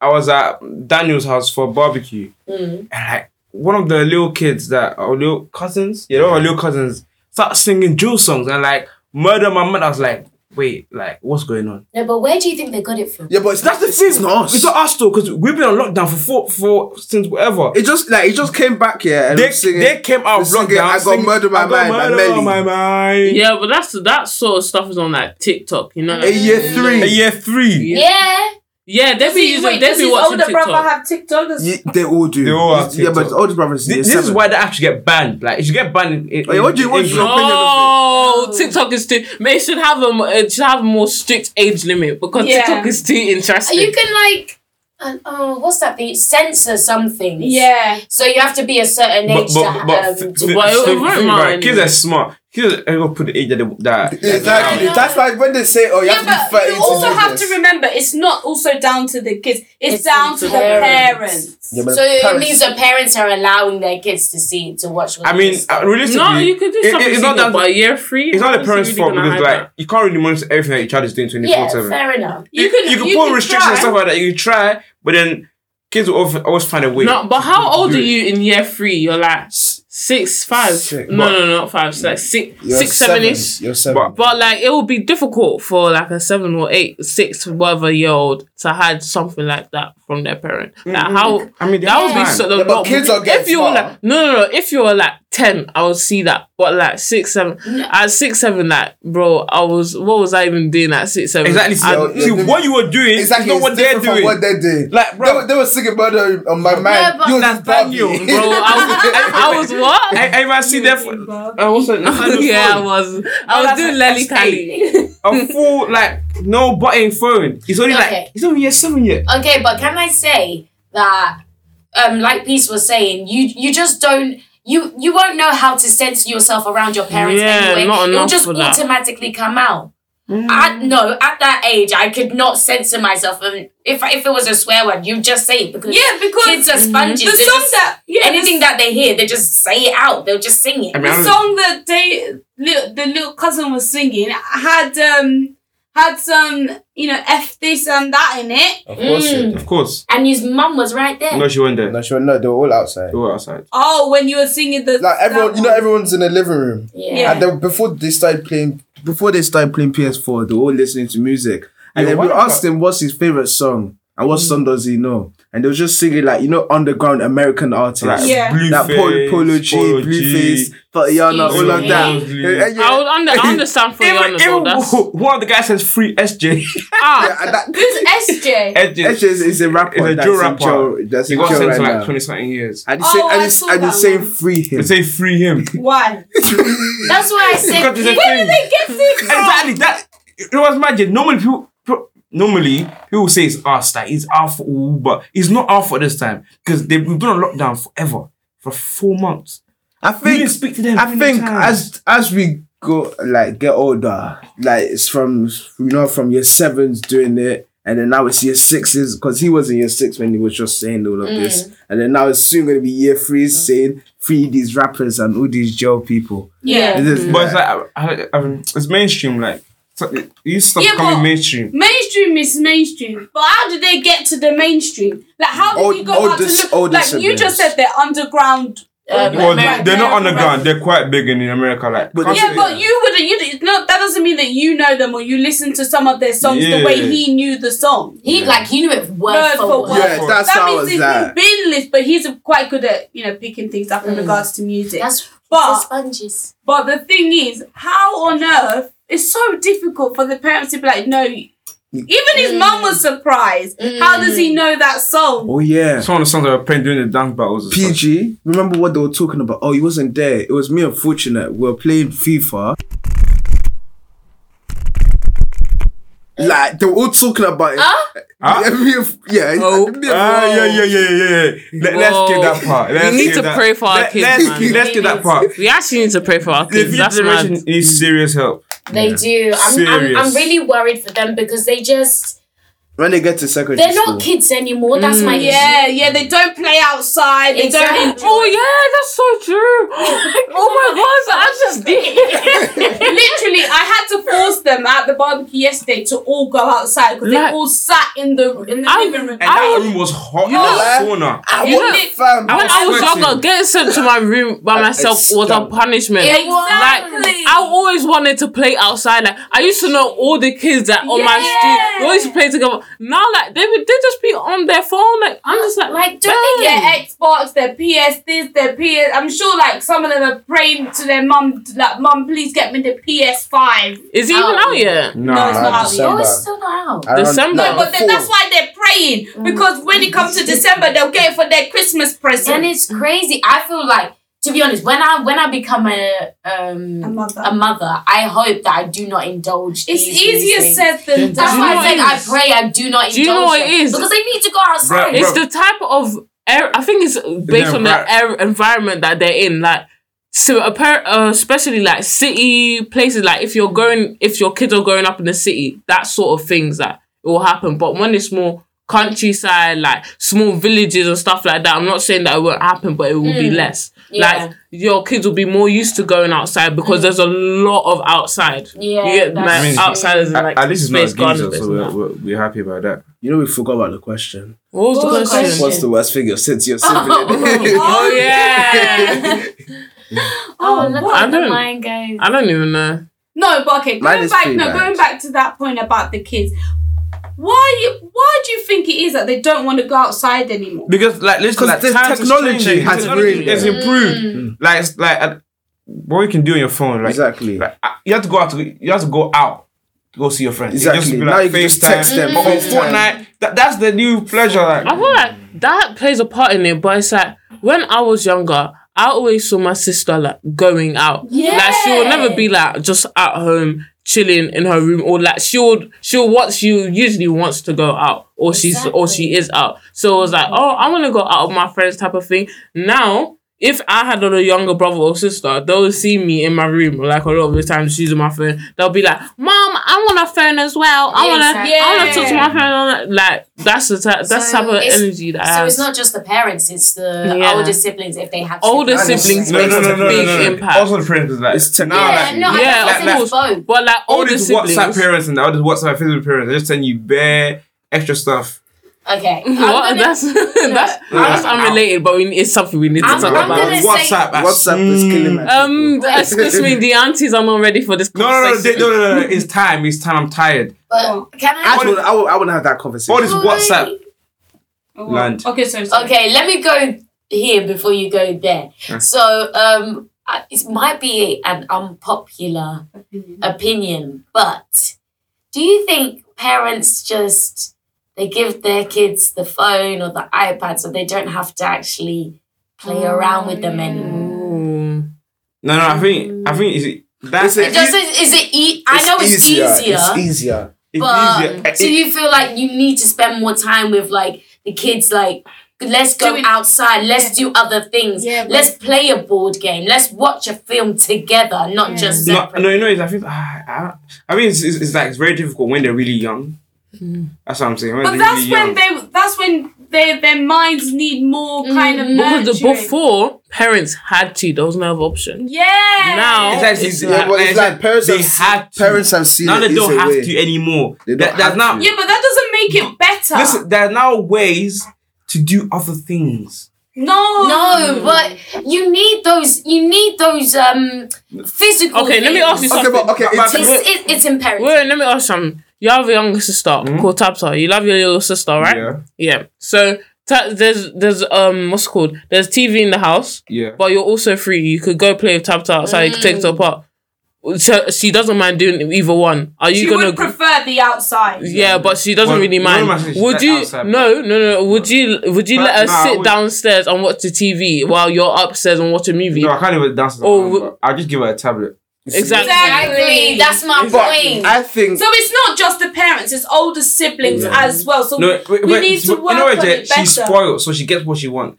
S3: I was at Daniel's house for barbecue,
S2: Mm.
S3: and like one of the little kids that our little cousins, you know, our little cousins start singing drill songs and like murder my mother. I was like, wait, like what's going on?
S2: No, but where do you think they got it from?
S5: Yeah, but it's,
S3: That's the
S5: it's,
S3: thing.
S5: It's not us.
S3: It's not us though, because we've been on lockdown for four, four since whatever.
S5: It just like it just came back here and
S3: they,
S5: was singing.
S3: they came out of
S5: the singing,
S3: lockdown.
S5: I got
S3: singing,
S5: murdered by
S3: I got
S5: mine by
S3: murdered by
S5: Melly.
S3: my mind.
S1: Yeah, but that's that sort of stuff is on like TikTok, you know.
S5: in year
S3: In
S5: three,
S3: year three.
S1: Yeah.
S2: Yeah.
S1: Yeah, they be using, they be watching TikTok.
S4: have TikTok.
S5: ye- they all do.
S3: They all have
S5: yeah, but
S3: TikTok.
S5: older brothers.
S3: Thi- This, is why they actually get banned. Like, it should get banned. In, in,
S5: Oh, yeah, what do you- what do you-
S3: England.
S1: Oh, TikTok is too. They should have a mo- it should have a more strict age limit because
S4: Yeah.
S1: TikTok is too interesting.
S2: You can like, uh, oh, what's that thing? Censor something.
S4: Yeah.
S2: So you have to be a certain
S3: But,
S2: age
S3: but, but,
S2: to, um,
S3: th- th-
S2: to
S1: but it
S3: th-
S1: won't
S3: think
S1: matter
S3: about it. kids
S1: anyway.
S3: are smart. Kids are going to put the age that they, that,
S5: Exactly.
S2: Yeah.
S5: That's why when they say, "Oh, you
S4: Yeah,
S5: have to be
S4: but
S5: 30
S4: you also
S5: do
S4: have
S5: this.
S4: to remember it's not also down to the kids. It's,
S2: It's
S4: down
S1: the
S4: to the
S2: parents.
S4: parents.
S5: Yeah, but
S2: So it
S5: parents-
S2: means the parents are allowing their kids to see to watch. What
S3: I
S2: they
S3: mean,
S2: see.
S3: uh, realistically,
S1: no, you could do
S3: it- it-
S1: something.
S3: it's
S1: it's
S3: not that-
S1: but year three.
S3: it's
S1: how
S3: not the
S1: is
S3: parents'
S1: really
S3: fault
S1: gonna
S3: because,
S1: hide
S3: like, you can't really monitor everything that your child is doing 24
S2: yeah,
S3: 7.
S2: fair enough.
S3: You, can, you can put restrictions and stuff like that. You can try, but then kids will always, always find a
S1: that?
S3: way.
S1: No, but how
S3: to
S1: old
S3: do
S1: are
S3: it.
S1: you in year three? You're like s- Six, five.
S5: Six.
S1: No, no, no, not five. It's like six,
S5: You're
S1: six, seven ish.
S5: You're seven.
S1: But like, it would be difficult for like a seven or eight, six, whatever year old to hide something like that from their parent. Like
S3: Mm-hmm.
S1: how
S3: I mean, they
S1: that would be
S3: understand.
S1: so. the
S5: Yeah, but kids are getting
S1: if you were
S5: smarter.
S1: like no, no, no. If you were like ten, I would see that. But like six, seven, at six, seven, like bro, I was what was I even doing at six, seven?
S3: Exactly. See,
S1: I,
S5: Yo,
S3: see,
S5: yo,
S3: what you were doing
S5: Exactly.
S3: is not what
S5: it's
S3: they're
S5: different from
S3: doing.
S5: What they're doing.
S3: Like, bro.
S5: They were, they were singing murder on my mind.
S2: Yeah, but
S5: you was
S3: that's
S5: just Barbie. *laughs*
S3: Daniel,
S1: bro, I, was- I was what?
S3: *laughs* Hey, hey, man, see Oh, that? f- I was like,
S1: *laughs* yeah, I was. I was
S3: that's
S1: doing
S3: like
S1: Lelly
S3: estate.
S1: Cali.
S3: a full like no button phone. It's only
S2: Okay.
S3: like it's only year seven yet.
S2: Okay, but can I say that, um, like Peace was saying, you you just don't. You, you won't know how to censor yourself around your parents
S1: Yeah,
S2: anyway.
S1: not
S2: It'll
S1: enough
S2: just
S1: for that.
S2: automatically come out. At, no, at that age, I could not censor myself. And if if it was a swear word, you just say it because
S4: Yeah, because
S2: kids are sponges.
S4: the
S2: They
S4: song
S2: just-
S4: that yeah,
S2: anything that they hear, they just say it out. They'll just sing it.
S3: I mean,
S4: the
S3: I'm-
S4: song that they little, the little cousin was singing had um had some you know f this and that in it.
S5: Of course
S2: Mm.
S5: it
S3: Of course.
S2: and his mum was right there.
S3: No, she went there.
S5: did. No, sure, no, they were all outside.
S3: They were outside.
S4: Oh, when you were singing the
S5: Like everyone,
S4: that
S5: you know,
S4: one.
S5: everyone's in the living room.
S2: yeah.
S5: And then before they started playing, before they started playing PS4, they were all listening to music. And
S3: Yeah,
S5: then
S3: why
S5: we
S3: not?
S5: asked him what's his favorite song and what song does he know, and they were just singing like you know underground American artists.
S3: Like
S4: Yeah.
S3: blue
S5: That Polo, Polo G, Blueface, Fatiana, all of that.
S3: Excuse me.
S5: Yeah, yeah.
S1: I would under, I understand for
S3: Even,
S1: Rihanna though.
S3: even
S1: That's
S3: one of the guys says free *laughs* SJ.
S5: Yeah,
S1: ah,
S5: and
S4: *laughs*
S5: that-
S4: Who's
S3: *laughs*
S4: SJ?
S5: Actually, it's, it's a rapper.
S3: It's a
S5: that's
S3: drill
S5: in
S3: rapper.
S5: jail- that's
S3: He
S5: in
S3: got
S5: jail
S3: sent
S5: right
S3: to like
S5: now.
S3: twenty something years.
S5: And
S4: Oh, I
S5: he's
S4: saw
S5: saying, and
S4: that
S5: he's saying
S4: one.
S5: free him.
S3: They say free
S5: *laughs*
S3: him.
S4: Why?
S2: That's why I
S3: Because it's a
S2: said.
S3: thing. *laughs*
S4: Get this.
S3: Exactly. That it was magic. Normally people. pro- Normally, people say it's us, like it's our fault, ooh, but it's not our fault this time because they've been on lockdown forever for four months.
S5: I
S3: We
S5: think
S3: didn't speak to them.
S5: I
S3: many
S5: think
S3: times.
S5: as as we go like get older, like it's from you know from year sevens doing it, and then now it's year sixes because he was in year six when he was just saying all of this,
S4: Mm.
S5: and then now it's soon going to be year threes saying free these rappers and all these jail people.
S4: Yeah.
S5: It is-
S3: But it's like I, I, um, it's mainstream. Like so it used to stop
S4: Yeah,
S3: becoming
S4: but-
S3: mainstream.
S4: Mainstream is mainstream, but how did they get to the mainstream? Like, how did
S5: Old-
S4: you go out to
S5: oldest-
S4: look?
S5: oldest
S4: Like, you just
S5: siblings.
S4: said they're underground. uh,
S2: Um,
S3: Well,
S4: America-
S3: they're not
S4: America-
S3: underground. They're quite big in America. Like
S5: But
S3: country-
S4: Yeah, but you would you did- no. That doesn't mean that you know them or you listen to some of their songs the
S3: Yeah.
S4: way he knew the song.
S2: He like he knew it word
S4: Word
S2: for
S4: for
S2: word.
S4: word.
S5: yeah,
S3: Well,
S5: that's
S4: that
S5: how
S4: means
S5: it's
S4: he's
S5: like.
S4: been list, but he's but he's quite good at you know picking things up in regards to music.
S2: Mm. That's
S4: But-
S2: the sponges.
S4: But the thing is, how on earth it's so difficult for the parents to be like, no. Even his mum was surprised.
S2: Mm.
S4: How does he know that song?
S5: Oh yeah.
S3: some of the songs that were playing during the dance battles. and stuff.
S5: PG, remember what they were talking about? Oh, he wasn't there. It was me, unfortunate. We were playing FIFA. Like, they were all talking about it.
S3: Huh?
S5: Yeah, me, and- yeah,
S1: Oh.
S5: me and-
S3: Ah, yeah, yeah, yeah, yeah, yeah. Let, let's get that part.
S1: Whoa.
S3: Let's
S1: We need
S3: skip
S1: to
S3: that.
S1: pray for our kids,
S3: Let's,
S1: man.
S3: let's get that part.
S1: we actually need to pray for our
S3: The
S1: kids.
S3: future
S1: That's mad.
S3: generation needs serious help.
S2: They do. I'm, I'm, I'm
S3: Serious.
S2: really worried for them because they just
S5: When they get to secondary
S2: they're
S5: school.
S2: not kids anymore. That's my issue.
S4: Mm. Yeah, yeah, they don't play outside. They
S2: Exactly.
S4: don't enjoy.
S1: Oh yeah, that's so
S3: *laughs*
S1: true. *laughs* oh my god, I just did.
S4: Literally, I had to force them at the barbecue yesterday to all go outside because
S1: Like-
S4: they all sat in the in the
S1: I-
S4: living room.
S3: And
S1: I
S3: that
S1: would-
S3: room was hot. You
S5: know-
S3: sauna.
S5: I
S4: You
S5: want
S4: know-
S5: fam.
S1: When I was
S3: Sweating.
S1: younger, getting sent to my room by
S5: I- I
S1: myself was a
S5: stunk.
S1: punishment.
S2: It was.
S1: Like I always wanted to play outside. Like I used to know all the kids that on my street. We always play together. Now like they would they just be on their phone. Like I'm just like
S2: Like
S4: Don't
S2: don't
S4: they
S2: they get
S4: get Xbox, their PS this, their PS? I'm sure like some of them are praying to their mum, like mum, please get me the PS5.
S1: is he even
S2: Oh.
S1: out yet?
S4: No, it's not out
S5: Ah,
S4: yet.
S2: Oh,
S5: December.
S2: it's still not out.
S5: Around-
S1: December.
S4: No,
S5: no,
S4: but then
S5: before.
S4: that's why they're praying because when it comes to December, they'll get it for their Christmas
S2: And
S4: present.
S2: it's crazy. I feel like to be honest, when I when I become a um
S4: A mother.
S2: a mother, I hope that I do not indulge.
S4: It's
S2: these- these
S4: easier
S2: things.
S4: said than
S2: That's
S1: Do you
S2: why
S1: know
S4: done.
S2: I
S1: what
S2: said
S1: it
S2: I
S1: is?
S2: pray I do not indulge.
S1: Do you know what
S2: them.
S1: it is?
S2: Because they need to go outside.
S3: Bruh,
S1: It's
S3: bruh.
S1: the type of air. I think it's based
S3: Their
S1: on the
S3: envi-
S1: air environment that they're in. Like so, appar- uh, especially like city places. Like if you're going, if your kids are growing up in the city, that sort of things that it will happen. But when it's more countryside, like small villages and stuff like that. I'm not saying that it won't happen, but it will be less.
S2: Yeah.
S1: Like your kids will be more used to going outside because there's a lot of outside.
S2: Yeah,
S1: you get
S2: that's
S1: like,
S3: I mean,
S1: outsiders and like
S3: At least it's not
S1: space
S3: a geezer,
S1: gardens.
S3: so
S1: and
S3: we're,
S1: that.
S3: we're, we're happy about that.
S5: You know, we forgot about the question.
S1: What was
S2: What
S1: the
S2: was the
S1: question?
S2: question?
S5: What's the worst thing you've said to
S1: *laughs*
S5: your sibling?
S1: Oh yeah,
S2: Oh, look
S1: I
S2: at the
S1: don't-
S2: line goes.
S1: I don't even know.
S4: No, but okay,
S5: Mine
S4: going
S5: is
S4: back
S5: pretty
S4: no,
S5: bad.
S4: going back to that point about the kids. Why you why do you think it is that they don't want to go outside anymore?
S3: Because like listen,
S5: 'Cause
S3: like,
S5: this
S3: times is
S5: technology
S3: changing.
S5: has
S3: Technology
S5: really-
S3: has
S5: Mm.
S3: improved. Like it's like uh, what you can do on your phone, like
S5: exactly.
S3: like, uh, you have to go out to you have to go out to go see your friends.
S5: Exactly.
S3: You just be
S5: Now you
S3: like
S5: can just
S3: FaceTime,
S5: text them,
S3: Or on
S5: FaceTime.
S3: Fortnite. That, that's the new pleasure. Like
S1: I feel like that plays a part in it, but it's like when I was younger, I always saw my sister like going out.
S2: Yeah.
S1: Like she would never be like just at home chilling in her room or like she would she'll watch you usually wants to go out or she's or she is out. So it was like, oh, I wanna go out with my friends type of thing. Now if I had a younger brother or sister, they'll see me in my room like a lot of the time she's on my phone. They'll be like, "Mom, I want a phone as well. I
S2: Yeah,
S1: want to,
S2: exactly.
S1: I want to talk to my friend." Like that's the type, that's
S2: So
S1: the type of
S2: it's-
S1: energy that I
S2: So
S1: have
S2: it's not just the parents; it's the
S1: Yeah.
S2: older siblings if they have
S1: older
S5: Honestly.
S1: siblings
S3: no, no,
S1: makes
S3: no, no,
S1: a
S3: no,
S1: big
S3: no, no.
S1: impact.
S3: Also, the parents is like
S5: It's
S3: now,
S5: technology.
S3: like,
S2: Yeah, no, I
S1: yeah,
S2: think
S1: of course.
S2: it's both.
S1: But like
S3: all
S1: older
S3: these
S1: siblings,
S3: WhatsApp parents and all these WhatsApp Facebook parents, they just send you bare extra stuff.
S1: *laughs*
S2: Okay,
S1: *laughs*
S2: I'm
S1: what?
S2: gonna-
S1: that's, that's that's unrelated, but we, it's something we need to
S2: I'm-
S1: talk
S2: I'm
S1: about.
S2: gonna say-
S3: WhatsApp, mm. I
S5: WhatsApp is
S3: see.
S5: killing my
S1: um,
S5: people.
S1: excuse me, the aunties are not ready for this.
S3: No, no, no, they,
S1: conversation.
S3: no, no, no, no. It's time. It's time. I'm tired.
S2: But can I?
S5: I, would, I, would, I wouldn't have that conversation.
S3: All this WhatsApp.
S4: Oh,
S3: Land.
S4: Okay, so sorry.
S2: Okay, let me go here before you go there. So, um, I- it might be an unpopular opinion, but do you think parents just they give their kids the phone or the iPad so they don't have to actually play around with
S1: Mm.
S2: them anymore?
S1: Ooh.
S3: No, no. I think. I think is that's
S5: It's-
S2: It just is, is it? E- I know it's easier,
S5: It's easier.
S3: it's
S2: but
S3: easier. It-
S2: so
S3: it-
S2: you feel like you need to spend more time with like the kids, like. Let's go
S4: Doing-
S2: outside. Let's do other things.
S4: Yeah, but-
S2: let's play a board game. Let's watch a film together, not just
S3: No,
S2: separate.
S3: no, you know, it's, I think, ah, I, I mean, it's, it's, it's like it's very difficult when they're really young. That's what I'm saying. When
S4: Hmm. But
S3: they're
S4: that's
S3: really
S4: when
S3: young.
S4: they that's when their their minds need more kind of
S1: Because the,
S4: nurturing.
S1: before parents had to, there was no other option.
S4: Yeah.
S1: Now-
S3: It's like,
S1: It's
S3: it's,
S5: Yeah, but it's like parents
S3: they
S5: have,
S3: have to.
S5: parents have seen
S3: now
S5: it
S3: they don't
S5: easier
S3: have
S5: way.
S3: to anymore.
S5: They
S3: There-
S5: don't
S3: there's
S5: have
S3: now,
S5: to.
S4: Yeah, but that doesn't make it better.
S3: listen, there are now ways to do other things.
S4: no.
S2: no, but you need those. You need those um physical.
S1: Okay, let me
S2: things.
S1: ask you
S5: Okay, but okay,
S3: But-
S5: it's,
S2: It's, it, it's imperative.
S1: Wait, let me ask some. You have a younger sister called Tabta. You love your little sister, right?
S3: Hmm? Yeah.
S1: Yeah. So ta- there's there's um what's it called there's TV in the house.
S3: Yeah.
S1: but you're also free. You could go play with Tabata outside, you could take her apart. So she doesn't mind doing either one. Are you
S4: She
S1: gonna?
S4: would prefer the outside.
S1: yeah, but she doesn't
S3: Well,
S1: really
S3: one
S1: mind.
S3: of my sisters
S1: Would
S3: like
S1: you?
S3: outside,
S1: no, no, no. Would you? Would you
S3: But-
S1: let her
S3: no, I
S1: sit
S3: would-
S1: downstairs and watch the TV while you're upstairs and watch a movie?
S3: No, I can't even dance.
S1: Oh,
S3: Oh, I'll just give her a tablet.
S1: Exactly.
S2: Exactly. That's my point.
S5: but I think
S4: So it's not just the parents, it's older siblings as well. So
S3: No,
S4: we
S3: wait, wait,
S4: need to
S3: you
S4: work
S3: know what,
S4: on
S3: Jay?
S4: it better.
S3: She's spoiled, so she gets what she
S5: *laughs*
S3: wants.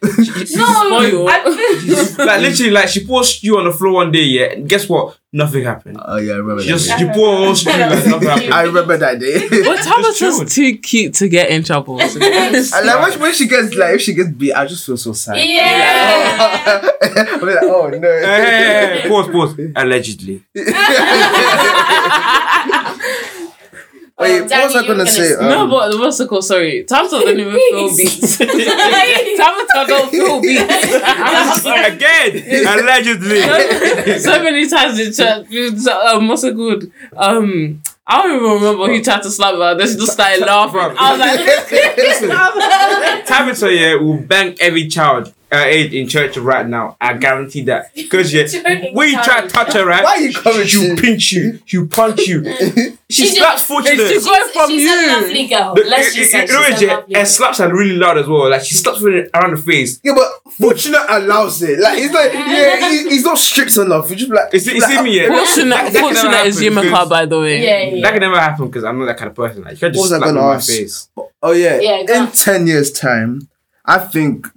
S4: no,
S1: spoiled.
S4: *laughs* I-
S3: like literally, like she pours stew on the floor one day, yeah, and guess what? Nothing happened.
S5: Oh yeah, I remember
S3: She
S5: that.
S3: just
S4: *laughs*
S5: *laughs* day.
S3: she pours stew, like nothing happened.
S5: I remember that day.
S1: But
S3: children.
S1: Tabata's too cute to get in trouble.
S5: *laughs* and like when- when she gets like if she gets beat, I just feel so sad. *laughs*
S4: yeah.
S5: I'm like, oh
S3: Hey,
S5: no.
S3: hey, hey, hey, pause,
S5: *laughs*
S3: pause.
S2: *laughs*
S3: Allegedly.
S5: Wait,
S2: Danny,
S5: what was I
S2: you were
S5: gonna,
S2: gonna
S5: say?
S2: say-
S1: *laughs*
S5: Um,
S1: no,
S5: *laughs*
S1: but what's it called? Sorry, Tabata doesn't even feel beats. *laughs* Tabata don't feel beats.
S3: Again,
S1: *laughs*
S3: allegedly.
S1: so many times in church. it's, Um, what's it called? Um, I don't even remember who tried to slap her. They just started laughing. I was like, *laughs* this
S3: Tabitha yeah, will bang every child her age in church right now. I guarantee that. Because
S4: *laughs*
S3: yeah, when
S2: *laughs*
S3: you try to touch her, right?
S5: Why are you coming
S3: She will
S5: to-
S3: pinch you, she will punch
S2: *laughs*
S3: you. She
S2: She
S1: It's
S3: slaps
S2: just-
S3: fortunate.
S1: just- Away from
S2: she's
S1: you.
S2: a lovely girl.
S3: The-
S2: Let's
S3: you-
S2: just
S3: you-
S2: say
S3: you know what,
S2: she's a
S3: Jay?
S2: lovely
S3: And
S2: girl.
S3: slaps her really loud as well. Like she slaps her around the face.
S5: yeah, but fortunate allows it. Like it's like yeah, he, he's not strict enough. You just be like
S3: It's, it's
S5: like,
S3: in me, yeah.
S1: fortunate,
S3: That- that can never
S1: fortunate is
S3: happen,
S1: Yumika,
S3: because-
S1: by the way.
S2: Yeah, yeah.
S3: That can never happen because I'm not that kind of person. Like, you can't
S5: What
S3: just
S5: was I
S3: slap me in
S5: gonna
S3: my
S5: ask?
S3: face.
S5: Oh yeah.
S2: Yeah, go
S5: in
S2: on.
S5: ten years' time, I think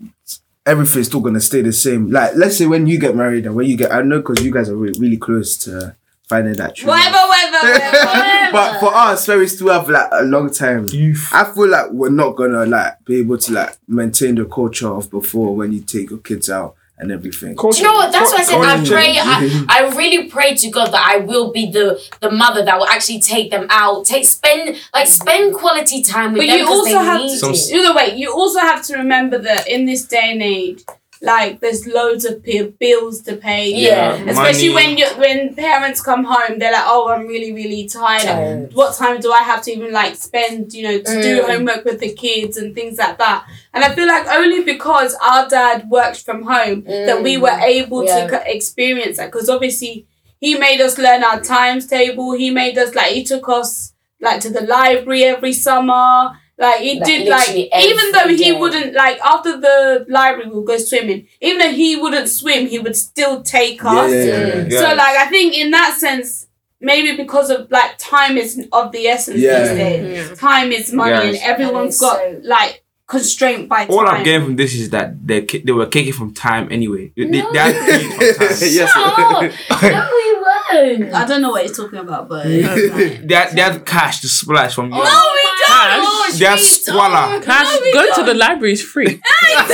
S5: everything's still gonna stay the same. Like let's say when you get married and when you get, I know because you guys are re- really close to finding that true.
S4: Whatever,
S5: love. *laughs*
S4: whatever,
S3: *laughs*
S4: forever.
S5: But for us, where we still have like a long time,
S3: Youth.
S5: I feel like we're not gonna like be able to like maintain the culture of before when you take your kids out and everything.
S2: Do you know what? That's why I said I
S5: Culture
S2: pray.
S5: change.
S2: I, I really pray to God that I will be the the mother that will actually take them out, take spend like spend quality time with
S4: But
S2: them.
S4: you
S2: 'cause
S4: also
S2: they
S4: have
S2: need
S4: to,
S3: Some-
S2: it.
S4: you know, wait, you also have to remember that in this day and age, like there's loads of p- bills to pay.
S2: Yeah.
S4: Especially
S3: money.
S4: when you when parents come home, they're like, "Oh, I'm really, really tired.
S2: Tired.
S4: What time do I have to even like spend, you know, to do
S2: Mm.
S4: homework with the kids and things like that?" And I feel like only because our dad worked from home that we
S2: Mm.
S4: were able
S2: Yeah.
S4: to c- experience that. Because obviously, he made us learn our times table. He made us like he took us like to the library every summer. Like he
S2: Like,
S4: did like
S2: literally every
S4: even though he
S2: day.
S4: wouldn't like after the library we'll go swimming. Even though he wouldn't swim, he would still take
S5: Yeah,
S4: us.
S5: yeah, yeah, yeah.
S2: Mm.
S3: Yeah.
S4: So like I think in that sense, maybe because of like time is of the essence
S5: Yeah.
S4: these days. Time is money, and
S3: Yes.
S4: everyone's got
S2: That is so-
S4: like constraint by
S3: All I'm
S4: time.
S3: getting from this is that they they were kicking from time anyway. They, they,
S2: No.
S3: they had to
S5: *laughs*
S3: eat from time.
S5: Yes.
S2: Oh, no, we won't.
S4: I don't know what he's talking about,
S2: *laughs*
S4: but *laughs*
S3: They had, they had cash to splash from you.
S2: Oh,
S1: Cash.
S2: gosh,
S3: They had
S2: we
S3: squalor.
S2: *laughs* don't.
S1: Cash,
S4: No, we
S1: go
S4: don't.
S1: to the library is
S4: *laughs*
S1: free.
S3: No, no, no, no,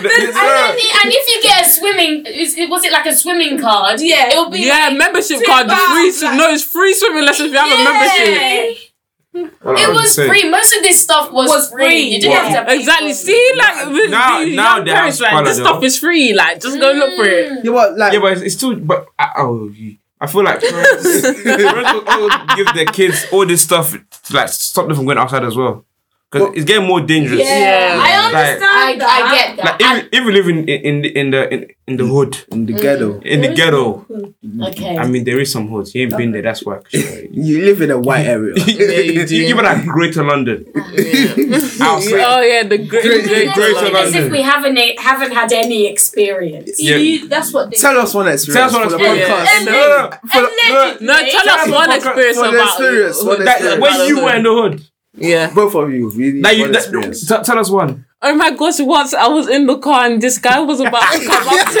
S3: they-
S2: And, then,
S3: no.
S2: the- and if you get a swimming, is, it- was it like a swimming card?
S4: Yeah.
S2: it'll be
S1: Yeah,
S2: like-
S1: membership card, free.
S4: pounds, like-
S1: no, it's free swimming lessons if you have a membership.
S2: Yay.
S3: All I'm
S2: It was
S3: saying-
S2: free. Most of this stuff was,
S4: Was
S2: free.
S4: free.
S2: You didn't
S3: Wow.
S2: have to pay
S1: Exactly.
S2: for it.
S1: See, like with
S3: Now-
S1: the
S3: now
S1: young
S3: they have Mm.
S1: parents, like this
S3: scholar,
S1: stuff is free. Like just go look for it.
S5: *laughs* Yeah, but like
S3: Yeah, but it's, it's still. But I, oh, you- I feel like parents,
S2: *laughs*
S3: parents will always give their kids all this stuff to like stop them from going outside as well, because
S5: Well-
S3: it's getting more dangerous.
S1: Yeah.
S4: I
S3: Like-
S4: understand.
S2: I, I get that.
S3: Like if, if you live in in in, in the in, in the hood,
S5: in the ghetto,
S3: in the ghetto.
S2: okay.
S3: I mean, there is some hoods. You ain't been there. That's
S2: *laughs*
S3: why.
S5: you live in a white
S1: *laughs*
S5: area.
S1: you
S5: *laughs*
S1: do.
S3: Even like Greater London, outside.
S1: Oh yeah, the great,
S5: Great-
S1: great,
S2: That's
S3: great
S2: what-
S3: London.
S2: as if we haven't e, haven't had any experience.
S3: Yeah.
S4: You- that's what they
S5: Tell us one experience.
S3: Tell us
S5: for
S3: on
S5: the
S3: the podcast.
S5: podcast.
S1: Yeah.
S3: No, no, no.
S4: Allegedly.
S1: No, tell us
S3: Tell
S1: one
S3: us
S1: experience
S5: one
S1: about
S5: experience, one
S3: That, when you were in the hood,
S1: Yeah.
S5: Both of you, really.
S3: that you
S5: one
S3: that,
S5: experience. *laughs*
S3: t- tell us *laughs* one.
S1: Oh my gosh! Once I was in the car and this guy was about to come up to me.
S4: *laughs*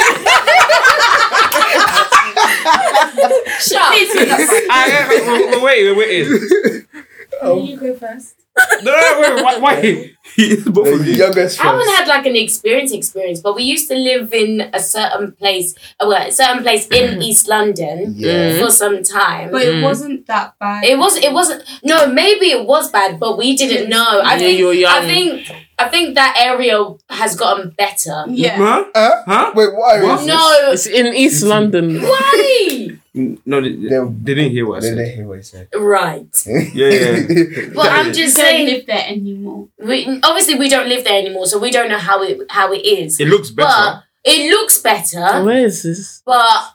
S2: Shut up.
S3: I, Ah, wait, wait, wait, wait.
S4: you go first.
S3: No, no, wait, wait, *laughs* why? It's both
S5: The
S3: of you.
S5: youngest
S2: I haven't
S5: first.
S2: had like an experience experience, but we used to live in a certain place, uh, well, a certain place in East London
S5: Yeah.
S2: for some time.
S4: But it wasn't that bad.
S2: It was. It wasn't. No, maybe it was bad, but we didn't know. I
S1: Yeah,
S2: think.
S1: you were young.
S2: I think. I think that area has gotten better.
S4: Yeah.
S3: Huh?
S5: Huh?
S3: Huh?
S5: Wait, why?
S3: What?
S2: No.
S1: It's in East
S2: Mm-hmm.
S1: London.
S2: Why?
S3: No, they, they, they didn't hear what I
S5: They
S3: said.
S5: didn't hear what he said.
S2: Right.
S3: Yeah, yeah.
S5: *laughs*
S2: Well, I'm
S4: You
S2: just
S4: don't
S2: saying.
S4: live there *laughs* anymore.
S2: We obviously we don't live there anymore, so we don't know how it how it is.
S3: It looks better.
S2: But it looks better,
S1: Where is this?
S2: but.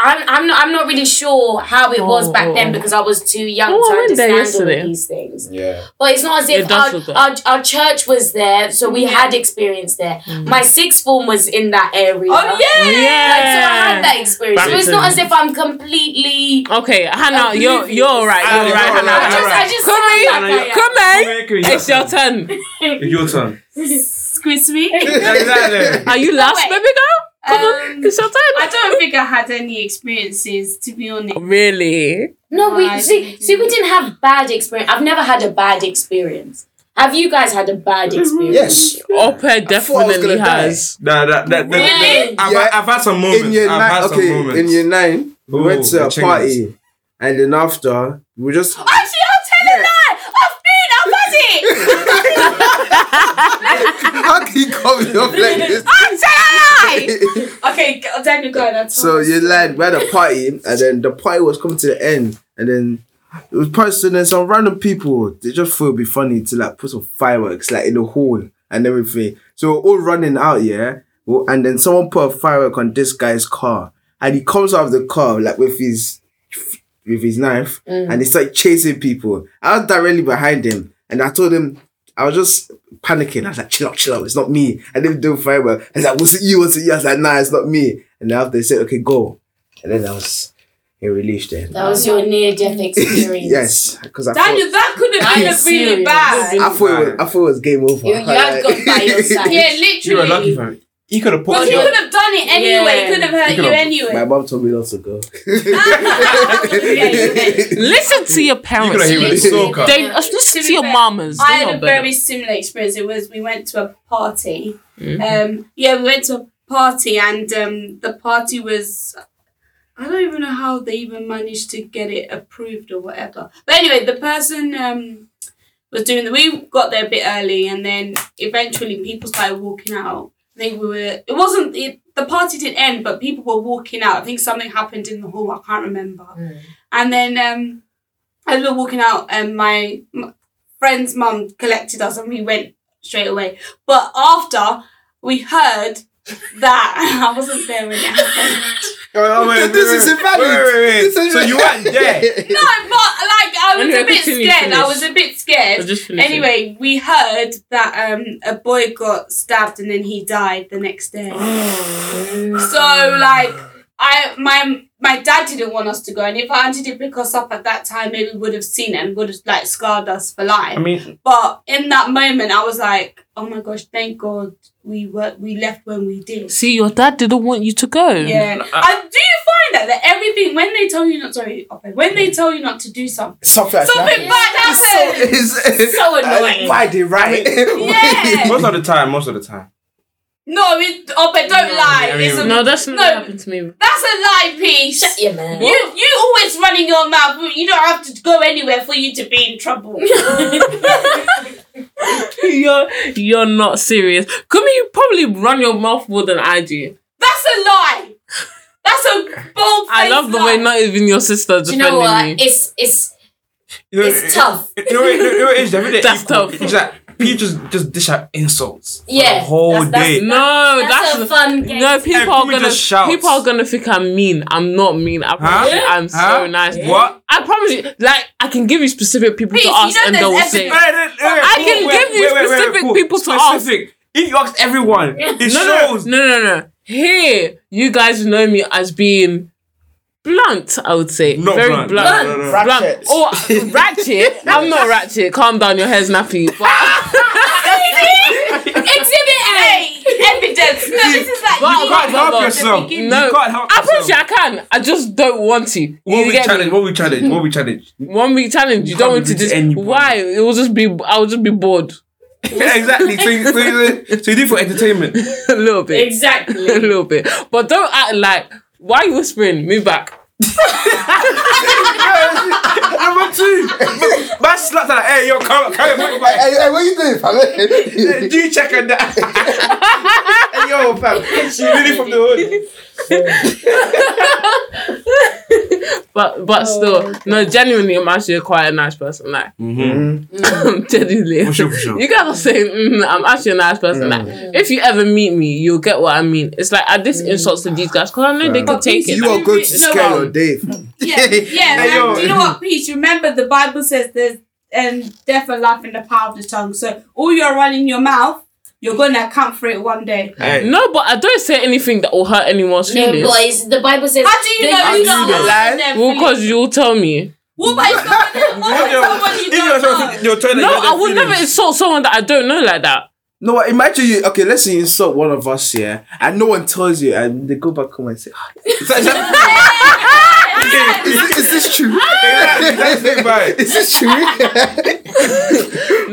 S2: I'm, I'm not I'm not really sure how it was back
S1: Oh.
S2: then because I was too young
S1: Oh, I
S2: to
S1: went there
S2: understand all
S1: yesterday.
S2: of these things.
S5: Yeah.
S2: But it's not as
S1: It
S2: if
S1: does
S2: our,
S1: look
S2: our, our church was there, so we
S4: Yeah.
S2: had experience there. My sixth form was in that area.
S1: Mm. Oh, Yeah.
S2: Like, so I had that experience. So it's
S1: Bampton.
S2: not as if I'm completely.
S1: Okay,
S4: Oh,
S1: Hannah, you're you're all right.
S3: Ah,
S1: You're all right,
S3: you're all
S1: Hannah.
S3: right,
S2: I just, I
S1: Come
S2: just sound
S1: in,
S2: like I am.
S1: come in. It's
S3: It's
S1: your turn.
S3: Your turn.
S4: Squeeze me.
S3: Yeah, *laughs* Exactly.
S1: Are you last,
S4: wait.
S1: baby girl? Come on,
S4: Um,
S1: it's your
S4: I
S1: turn.
S4: don't think I had any experiences, to be honest.
S1: *laughs* Really?
S2: No, we
S4: Right.
S2: see, see, we didn't have bad experience. I've never had a bad experience. Have you guys had a bad
S1: Mm-hmm.
S2: experience?
S5: Yes.
S1: Opera
S5: thought I was
S1: definitely
S5: gonna die.
S1: has.
S3: Nah, that, that, that,
S2: Really?
S3: I've,
S5: Yeah.
S3: I've had some moments.
S5: In year
S3: I've
S5: nine,
S3: had some
S5: okay.
S3: moments.
S5: In year nine, we
S3: Ooh,
S5: went to
S3: the
S5: a party, and then after we were
S2: *laughs*
S5: just.
S4: Actually, I'll tell you that! I've been, I've had
S3: *laughs*
S4: it!
S5: How can you cover
S2: *laughs*
S5: me up like this?
S4: I'll tell a lie! okay, go- Daniel, go on. I'll tell
S5: So
S4: us.
S5: you like we had a party, and then the party was coming to the end, and then it was posted and some random people. They just thought it'd be funny to like put some fireworks like in the hall and everything. So we're all running out, yeah. Well, and then someone put a firework on this guy's car, and he comes out of the car like with his with his knife,
S2: Mm.
S5: and he started chasing people. I was directly behind him, and I told him I was just panicking. I was like, chill out, chill out. It's not me. I didn't do firework. I was like, was it you? Was it you? I was like, nah, it's not me. And then after they said, okay, go. And then I was in relief then.
S2: That was your near death experience.
S5: *laughs* yes, because I
S4: Daniel,
S5: thought,
S4: that could have
S2: Are
S4: been
S2: you
S4: a really
S2: serious?
S4: bad.
S5: I, thought it was, I thought it was game over. *laughs*
S2: You- you had gone by your side.
S4: Yeah,
S3: You were
S4: literally.
S3: lucky for it. He could have put.
S4: But he
S3: you-
S4: could have done it anyway.
S2: Yeah.
S4: He could have hurt
S3: He
S4: you
S3: could have-
S5: *laughs* My
S4: anyway.
S5: mom told me not to go.
S4: *laughs*
S2: *laughs*
S4: Yeah, you
S5: *laughs*
S4: did.
S1: Listen to your
S3: you could
S1: parents.
S3: have hit with a
S1: Listen-
S3: soaker.
S1: They,
S2: Yeah.
S1: uh, listen
S4: To
S1: to
S4: be
S1: your
S4: fair,
S1: mamas.
S4: I
S1: They
S4: had
S1: know
S4: a
S1: better.
S4: very similar experience. It was we went to a party. Um, yeah, we went to a party, and um, the party was. I don't even know how they even managed to get it approved or whatever. But anyway, the person um, was doing the. We got there a bit early, and then eventually people started walking out. I think we were. It wasn't. It, the party didn't end, but people were walking out. I think something happened in the hall. I can't remember. And then um, as we were walking out, um, my, my friend's mum collected us and we went straight away. But after we heard that *laughs* I wasn't there when it happened.
S3: Oh,
S5: *laughs* This is invalid. This is
S3: So you weren't there.
S4: No, but like I was
S1: Anyway,
S4: a bit
S1: continue,
S4: scared. I
S1: finish.
S4: was a bit scared.
S1: So just finish it.
S4: Anyway, we heard that um, a boy got stabbed and then he died the
S1: *gasps*
S4: next day. so like I my my dad didn't want us to go, and if our auntie did pick us up at that time, maybe we would have seen it and would have like scarred us for life.
S3: I mean,
S4: but in that moment, I was like, oh my gosh, thank God we were we left when we did.
S1: See, your dad didn't want you to go.
S4: Yeah. I, do you find that that everything when they tell you not sorry, okay, when they tell you not to do something,
S5: *laughs* Something like
S4: something bad
S5: that.
S4: happens.
S5: It's
S2: So annoying.
S5: *laughs* Why they write
S4: Yeah.
S3: most of the time, most of the time.
S4: No, it, oh, but don't lie.
S3: I
S4: It's a,
S3: mean-
S1: No, that's not
S4: No.
S1: what happened to me.
S4: that's a lie piece.
S2: Shut your mouth.
S4: You you always running your mouth. You don't have to go anywhere for you to be
S1: *laughs*
S4: in trouble.
S1: you're you're not serious. Come here, you probably run your mouth more than I do.
S4: That's a lie. That's a bold.
S1: I love the way not even your sister
S2: Do you
S1: defending
S2: know what?
S1: me.
S2: It's it's
S3: You know,
S2: it's tough.
S3: You know, what- you know, you know what it is, David? They're
S1: That's
S3: equal.
S1: tough.
S3: It's like people just just dish out insults. for The
S2: Yeah,
S3: whole
S2: that's- that's-
S3: day.
S1: no,
S2: That's,
S1: that's,
S2: a fun game.
S1: no. People are
S3: people
S1: gonna
S3: just shout.
S1: people are gonna think I'm mean. I'm not mean. I promise you, I'm
S3: Huh?
S1: so nice.
S3: What?
S1: I promise you. Like I can give you specific people
S4: Please,
S1: to
S4: you
S1: ask,
S4: know
S1: and
S4: there's
S1: they will
S4: epic-
S1: say.
S3: Wait, wait, wait,
S1: I
S3: wait,
S1: can
S3: wait,
S1: give you
S3: wait, wait, wait,
S1: specific
S3: cool.
S1: people to ask.
S3: Specific. If you ask everyone, it
S1: No, no,
S3: shows.
S1: no, no, no. Here, you guys know me as being blunt. I would say
S3: Not
S1: very
S3: blunt.
S1: blunt.
S3: No, no, no.
S1: Blunt.
S5: ratchet.
S1: Oh, ratchet. I'm not ratchet. Calm down. Your hair's
S3: *laughs*
S1: nappy. But,
S4: Exhibit A evidence. No, this is like
S1: But-
S4: you
S3: You can't
S1: No,
S3: help
S1: no,
S3: yourself.
S4: no.
S3: You
S1: no,
S3: can't help
S1: I promise you,
S3: yourself.
S1: I can. I just don't want to. You
S3: What we
S1: get me?
S3: challenge? What we challenge? What we challenge? *laughs*
S1: One week challenge. You,
S3: can't
S1: don't want to
S3: beat
S1: just
S3: anybody.
S1: why? It will just be. I will just be bored *laughs*
S3: Yeah, exactly. So, you- so, you- so you do it for entertainment.
S1: a little bit,
S2: exactly.
S1: *laughs* a little bit. But don't act like why you whispering. Move back.
S3: Number two, man slapped her like, "Hey, yo, come, come, come back."
S5: Hey, hey, what you doing, fam? *laughs*
S3: Do you check on that? hey, yo, fam, she really from the hood.
S1: But but still, no. Genuinely, I'm actually quite a nice person. Like
S5: Mm.
S1: *laughs* genuinely,
S3: Mm-hmm. For sure, for
S1: *laughs*
S3: sure.
S1: you guys are saying mm, I'm actually a nice person. Like if you ever meet me, you'll get what I mean. It's like I diss insults to these guys because I know they can take it.
S5: You are going
S4: No,
S5: to scare
S4: um,
S5: your day, fam.
S3: *laughs*
S4: Yeah, yeah.
S3: Hey, yo.
S4: and do you know what, Peach? Remember, the Bible says there's um, death and life in the power of the tongue. So all you're running your mouth, you're gonna account for it one day.
S3: Hey,
S1: No, but I don't say anything that will hurt anyone's
S2: No,
S1: feelings.
S2: boys. The Bible says.
S4: How do you
S2: They-
S4: know
S5: you
S4: you don't
S5: know.
S2: *laughs*
S5: Lie.
S4: have them?
S1: Well, because you'll tell me.
S4: What about
S3: *laughs*
S4: if someone- what
S3: If you're-
S4: about someone you
S3: if you're
S4: don't
S3: trying to-
S4: know?
S3: you're trying to
S1: No,
S3: get their
S1: I would never
S3: feelings.
S1: insult someone that I don't know like that.
S5: No, what, imagine you. Okay, let's say you insult one of us here, and no one tells you, and they go back home and say, "Ah,
S3: Is that- is that-
S5: *laughs* "Is this, is this true?
S3: is that- right.
S5: is this true?"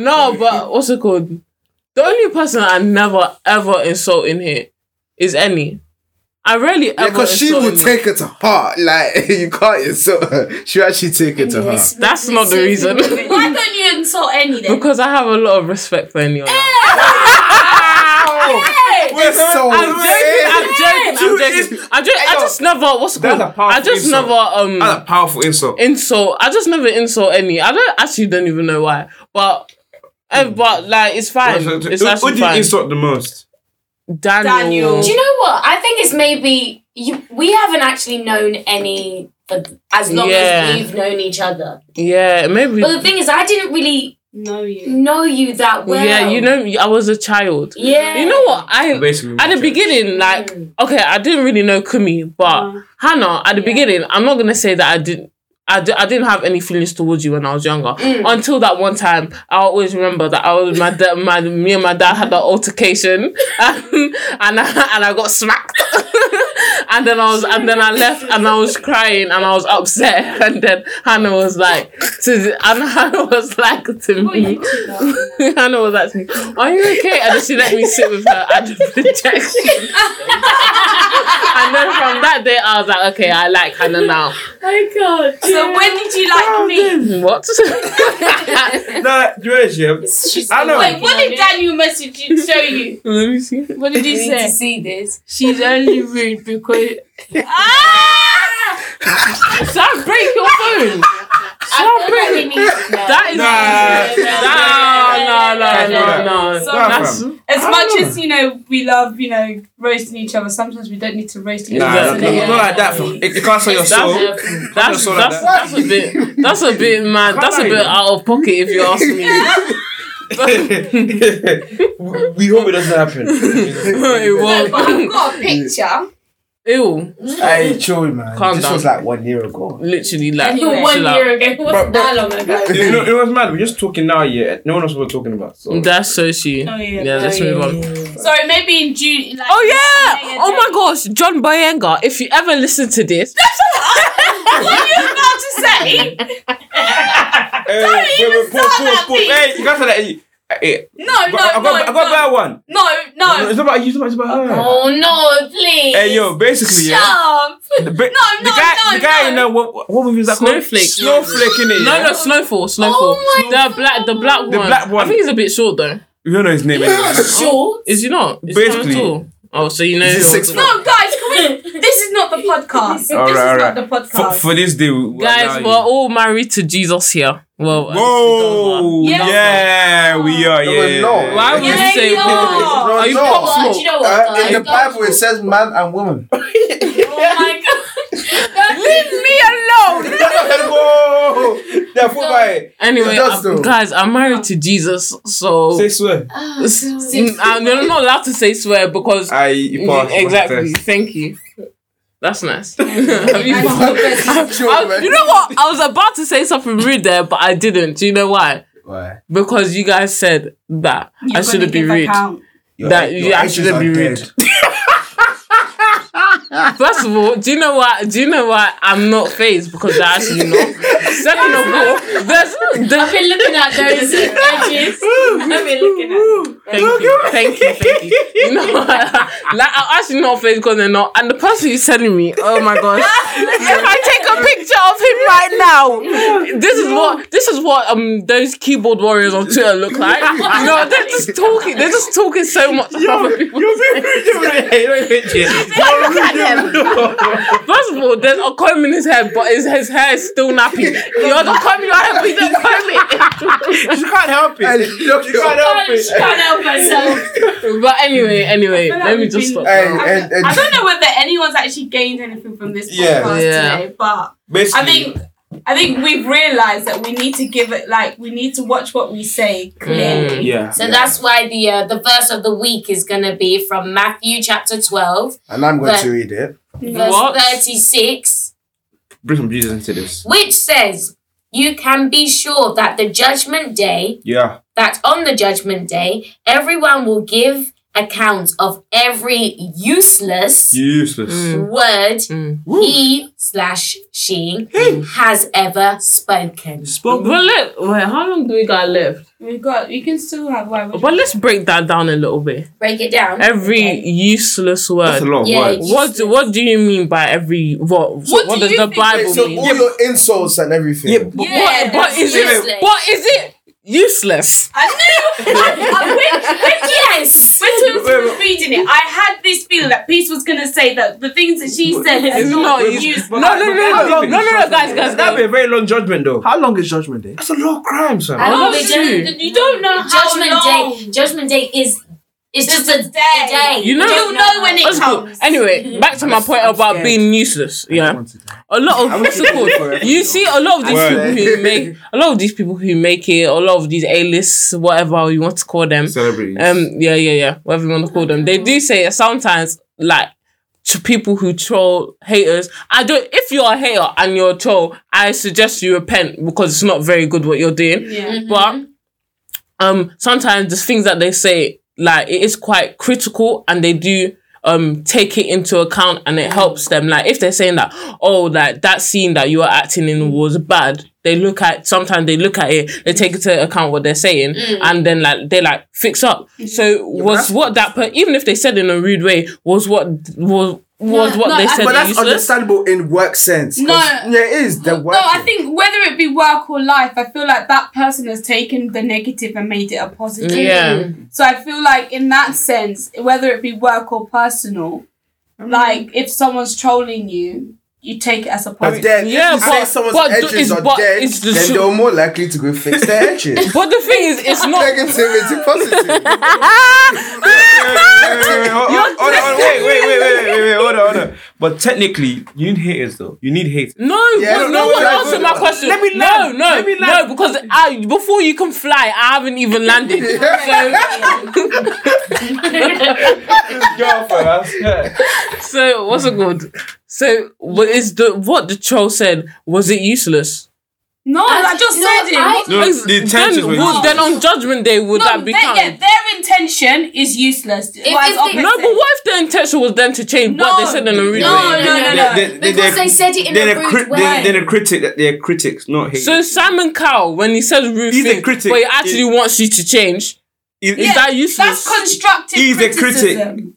S1: No, but what's it called? The only person I never ever insult in here is Annie. I rarely ever
S5: Because she
S1: insult
S5: will
S1: in-
S5: take it to heart. Like *laughs* you can't insult her. She will actually take it to heart.
S2: Yes,
S1: That's
S2: we-
S1: not
S3: *laughs*
S1: the
S2: we-
S1: reason. *laughs*
S4: Why don't you insult any then?
S1: because I have a lot of respect for anyone.
S3: Wait,
S5: So
S1: I'm joking, I'm joking, I'm joking. I just, I just never, what's it
S3: That's
S1: called?
S3: a powerful
S1: I just never,
S3: insult. That's a
S1: um,
S3: powerful insult.
S1: insult. I just never insult any. I don't actually don't even know why, but, eh, but like it's fine. It's
S3: Who- Who
S1: actually
S3: do you
S1: fine.
S3: insult the most?
S1: Daniel.
S4: Daniel.
S2: Do you know what? I think it's maybe you. We haven't actually known any of- as long
S1: Yeah.
S2: as we've known each other.
S1: Yeah, maybe.
S2: But the thing is, I didn't really
S4: No, you.
S2: know you that well.
S1: Yeah, you know, I was a child.
S2: Yeah. Mm.
S1: You know what? I
S3: Basically,
S1: at the beginning, like, okay, I didn't really know Kumi, but
S4: Mm.
S1: Hannah, at the beginning, I'm not gonna say that I didn't. I d- I didn't have any feelings towards you when I was younger. Until that one time, I always remember that I was my dad, my me and my dad had that altercation, *laughs* and and I, and I got smacked. *laughs* and then I was and then I left and I was crying and I was upset. *laughs* And then Hannah was like, to, the- and Hannah was like to me, *laughs* Hannah was like to me, "Are you okay?" And then she let me sit with her at the projection. and then from that day, I was like, "Okay, I like Hannah *laughs* now."
S4: So when did you like me?
S1: What?
S3: Nah, do you know this, yeah?
S2: She's
S3: I know.
S4: Wait, what did Daniel message you show you?
S1: *laughs* Let me see.
S4: What did you
S2: You need to
S4: say?
S2: see this.
S6: She's only rude because
S4: Ah!
S1: Sam, break your
S2: *laughs*
S1: phone. Sam, break.
S2: We need to know.
S1: That is.
S3: Nah.
S1: Nah, nah, nah, nah,
S4: So-
S1: nah. That's.
S4: As
S3: I
S4: much
S3: don't know.
S4: as you know, we love you know roasting each other. Sometimes we don't need to roast each
S3: Nah,
S4: other.
S1: Exactly.
S3: not, not like that, fam. It, it can't sell your
S1: That's-
S3: soul.
S1: That's
S3: Someone
S1: that's,
S3: saw
S1: that's a bit that's a bit mad. That's a bit out of pocket if you ask *laughs* me.
S3: *laughs* we hope it
S1: *laughs*
S3: doesn't happen.
S5: *laughs*
S1: it
S4: No, but
S1: won't. *laughs*
S4: I've got a picture.
S1: Ew.
S5: Hey, chill, man.
S1: Calm
S5: this
S1: down.
S5: was like one year ago.
S1: Literally, like
S2: Anyway.
S1: chill
S6: one
S1: out.
S6: year ago, it wasn't
S3: But-
S6: that long ago.
S3: you
S5: *laughs*
S3: know, it was mad. We're just talking now, yeah. No one else was talking about. So.
S1: That's so she.
S4: Oh yeah.
S1: Yeah, let's move on.
S4: Sorry, maybe in June. Like,
S1: Oh yeah! Oh my gosh, John Boyenga. If you ever listen to this,
S4: What are you about to say?
S3: Hey, wait,
S4: even
S3: wait, pause,
S4: start
S3: pause,
S4: that
S3: pause.
S4: piece.
S3: Hey, you guys said that. Hey, hey,
S4: No, no,
S3: I got,
S4: no,
S3: I got a better one.
S4: no, no,
S3: No, It's not about you. It's about, it's about her.
S2: Oh no, please.
S3: Hey, yo, basically, yeah.
S4: Stop.
S3: The, ba-
S4: No,
S3: the
S4: no,
S3: guy,
S4: no,
S3: the guy,
S4: no.
S3: you know what? What movie is that
S1: Snowflake.
S3: called? Snowflake, innit?
S1: no,
S3: yeah?
S1: no, Snowfall, Snowfall.
S2: my
S1: the black, the black one.
S3: The black one.
S1: I think he's a bit short though.
S3: We don't know his name. Anyway.
S2: Sure.
S1: Is he not? Is
S3: Basically.
S1: He not at all? Oh, so you know.
S3: He's
S1: who
S3: six
S1: I'm
S3: foot.
S1: talking
S4: No, guys, can we? This is not
S1: *laughs*
S4: the podcast.
S3: All
S4: this
S3: right, all
S4: is
S3: right.
S4: not the
S3: For,
S4: podcast.
S3: for this day, we- we
S1: about. Guys,
S3: allow
S1: we're
S3: you.
S1: all married to Jesus here. Well, at least
S3: Whoa!
S1: we
S3: Yeah,
S1: are.
S3: we are.
S5: No,
S3: Yeah. yeah,
S5: no.
S3: yeah.
S1: Why would
S4: Yeah,
S1: you say?
S4: you are.
S1: Are you
S5: No,
S1: pop
S5: no.
S2: But do
S1: smoke?
S2: you know what?
S5: Uh, in the
S2: guys?
S5: Bible, it says man and woman.
S2: Oh my
S4: *laughs*
S2: god. Leave
S1: me alone.
S5: Whoa! They're full by it.
S1: *laughs* Anyway,
S5: Just
S1: I'm-
S5: do.
S1: guys, I'm married to Jesus, so *laughs*
S3: Say swear.
S1: Mm, I'm they're not allowed to say swear because
S3: I Ah, you passed my
S1: exactly.
S3: test.
S1: Thank you. That's nice. Have you passed?
S5: Chill,
S1: I-
S5: man.
S1: you know what? I was about to say something rude there, but I didn't. Do you know why?
S5: Why?
S1: Because you guys said that I
S4: You're
S1: shouldn't
S4: gonna
S1: be
S4: give
S1: rude.
S4: *laughs* account.
S5: Your-
S1: That-
S5: your
S1: yeah, I
S5: ashes
S1: shouldn't
S5: are
S1: be
S5: dead.
S1: rude. *laughs* First of all, do you know why? Do you know why I'm not phased? Because I actually
S4: *laughs*
S1: not. Second of all, there's
S2: *laughs* I've
S1: there's
S2: been looking at those edges.
S4: *laughs*
S2: I've been looking at. them.
S1: Thank you, thank you, thank you. You *laughs* know, what? like I'm actually not phased because they're not. And the person who's telling me, oh my gosh, *laughs* if I take a picture of him right now, this is what this is what um those keyboard warriors on Twitter look *laughs* like. You know, they're just talking. They're just talking so much. about other people. *laughs*
S3: *laughs*
S1: First of all, there's a comb in his hair, but his, his hair is still nappy. You're the comb, you're happy, the comb. *laughs* it.
S3: You can't help
S5: *laughs* Hey,
S3: it.
S5: look,
S3: You can't
S5: yo.
S3: help
S2: She can't help herself.
S1: but anyway, anyway,
S4: feel like
S1: let me
S4: we've
S1: just
S4: been-
S1: stop.
S5: Hey,
S1: now.
S5: and, and
S4: I don't know whether anyone's actually gained anything from this
S5: Yeah.
S4: podcast
S1: Yeah.
S4: today, but
S3: Basically,
S4: I think I think we've realised that we need to give it like we need to watch what we say clearly.
S1: Mm.
S3: yeah.
S2: So that's why the uh, the verse of the week is gonna be from Matthew chapter twelve,
S5: and I'm going
S2: But-
S5: to read it.
S2: verse
S1: What?
S2: thirty six.
S3: Bring some Jesus into this.
S2: which says, You can be sure that the judgment day,
S3: Yeah.
S2: that on the judgment day, everyone will give account of every useless
S3: Useless.
S2: word
S1: Mm.
S2: he slash she has ever spoken.
S1: But
S4: Mm-hmm.
S1: let, wait, how long do we got left?
S4: We've got we can still have why
S1: But let's break that down a little bit.
S2: Break it down.
S1: Every
S2: Okay.
S1: useless
S3: That's a
S1: word.
S3: lot of
S2: Yeah,
S3: words.
S1: What do, what do you mean by every what? What,
S4: do
S1: does
S4: you
S1: the
S4: think-
S1: Bible
S5: so
S1: mean?
S5: all your insults and everything.
S3: Yeah, but
S4: Yeah,
S1: What- what
S4: that's
S1: is
S2: useless.
S1: it? What
S2: *laughs*
S1: is it? Useless.
S4: I knew *laughs* I, I, when,
S2: Uh,
S1: *laughs*
S2: Yes!
S4: when Susan was reading it, I had this feeling that Peace was gonna say that the things that she said is
S1: It's not
S4: not
S1: useless.
S4: used.
S1: No, no, no, no, no, no, no, guys, guys,
S3: That'd be
S1: guys.
S3: a very long judgment, though.
S5: How long is Judgment Day?
S3: That's a lot of crimes, man.
S2: I don't
S1: Ask
S2: know,
S1: you.
S2: you
S4: You don't know how
S2: judgment
S4: long.
S2: day. Judgment day is it's just
S4: Just
S2: a
S4: a
S2: a day.
S4: day.
S1: You know-
S4: You'll know when it
S1: That's cool.
S4: comes.
S1: Anyway, back to my point about being useless. Yeah, a lot of
S5: was
S1: what's it called?
S5: looking for it.
S1: You see, a lot of these
S3: Word.
S1: people who make a lot of these people who make it, a lot of these A-lists, whatever you want to call them,
S3: Celebrities.
S1: Um, yeah, yeah, yeah. Whatever you want to call them, they do say it sometimes. Like to people who troll haters. I don't. If you're a hater and you're a troll, I suggest you repent because it's not very good what you're doing.
S4: Yeah.
S1: But um, sometimes the things that they say, like it is quite critical, and they do um take it into account, and it helps them. Like if they're saying that, oh, like that scene that you were acting in was bad. They look at sometimes they look at it, they take into account what they're saying,
S4: Mm.
S1: and then like they like fix up.
S4: Mm-hmm.
S1: So was what that per- even if they said in a rude way was what was was
S4: No,
S1: what
S4: no,
S1: they
S4: I-
S1: said
S4: but
S5: that's
S1: useless.
S5: understandable in work sense. 'cause-
S4: No.
S5: yeah, it is. They're
S4: No,
S5: working.
S4: I think whether it be work or life, I feel like that person has taken the negative and made it a positive.
S1: Yeah.
S4: So I feel like in that sense, whether it be work or personal,
S1: Mm-hmm.
S4: like if someone's trolling you, you take it as a
S5: But
S4: positive.
S5: then,
S1: Yeah,
S5: if you
S1: but-
S5: say someone's
S1: but do-
S5: edges
S1: is-
S5: are
S1: but
S5: dead,
S1: is the
S5: then
S1: tru-
S5: they're more likely to go fix their
S1: *laughs*
S5: edges.
S1: But the thing is, it's not.
S5: Negativity, positive.
S3: Hold on, hold on, wait, wait, wait, wait, wait, wait, hold on, hold on. But technically, you need haters though. You need hate.
S1: No,
S5: Yeah,
S1: but
S5: no,
S1: no
S5: no,
S1: one
S5: no,
S1: answered
S5: no,
S1: my
S5: no.
S1: question.
S3: Let me
S1: no,
S3: land.
S1: no,
S3: Let me
S1: no,
S3: land.
S1: because I before you can fly, I haven't even landed.
S3: *laughs* Girl, fella. Yeah.
S1: So what's it good? So what is the what the troll said? Was it useless?
S4: No, I just
S2: No,
S4: said it.
S2: I-
S4: What-
S3: No,
S1: Ex-
S3: the intentions
S1: then,
S3: were
S1: would,
S3: useless.
S1: then on judgment day would
S4: No,
S1: that be
S4: they,
S1: counted?
S4: yeah, their intention is useless. Whereas
S2: if they-
S1: No,
S4: opposite-
S1: but what if the intention was then to change what they said in a rude
S4: No,
S1: way?
S4: no, no, no.
S2: Because they said it in
S3: they're
S2: a
S3: the
S2: rude
S3: cri-
S2: way.
S3: They're, they're the critic. They're critics, not haters.
S1: So Simon Cowell, when he says rude
S3: He's a
S1: thing,
S3: critic.
S1: but he actually
S3: He-
S1: wants you to change,
S3: It-
S1: is that useless?
S4: That's constructive
S3: He's a critic.
S4: criticism.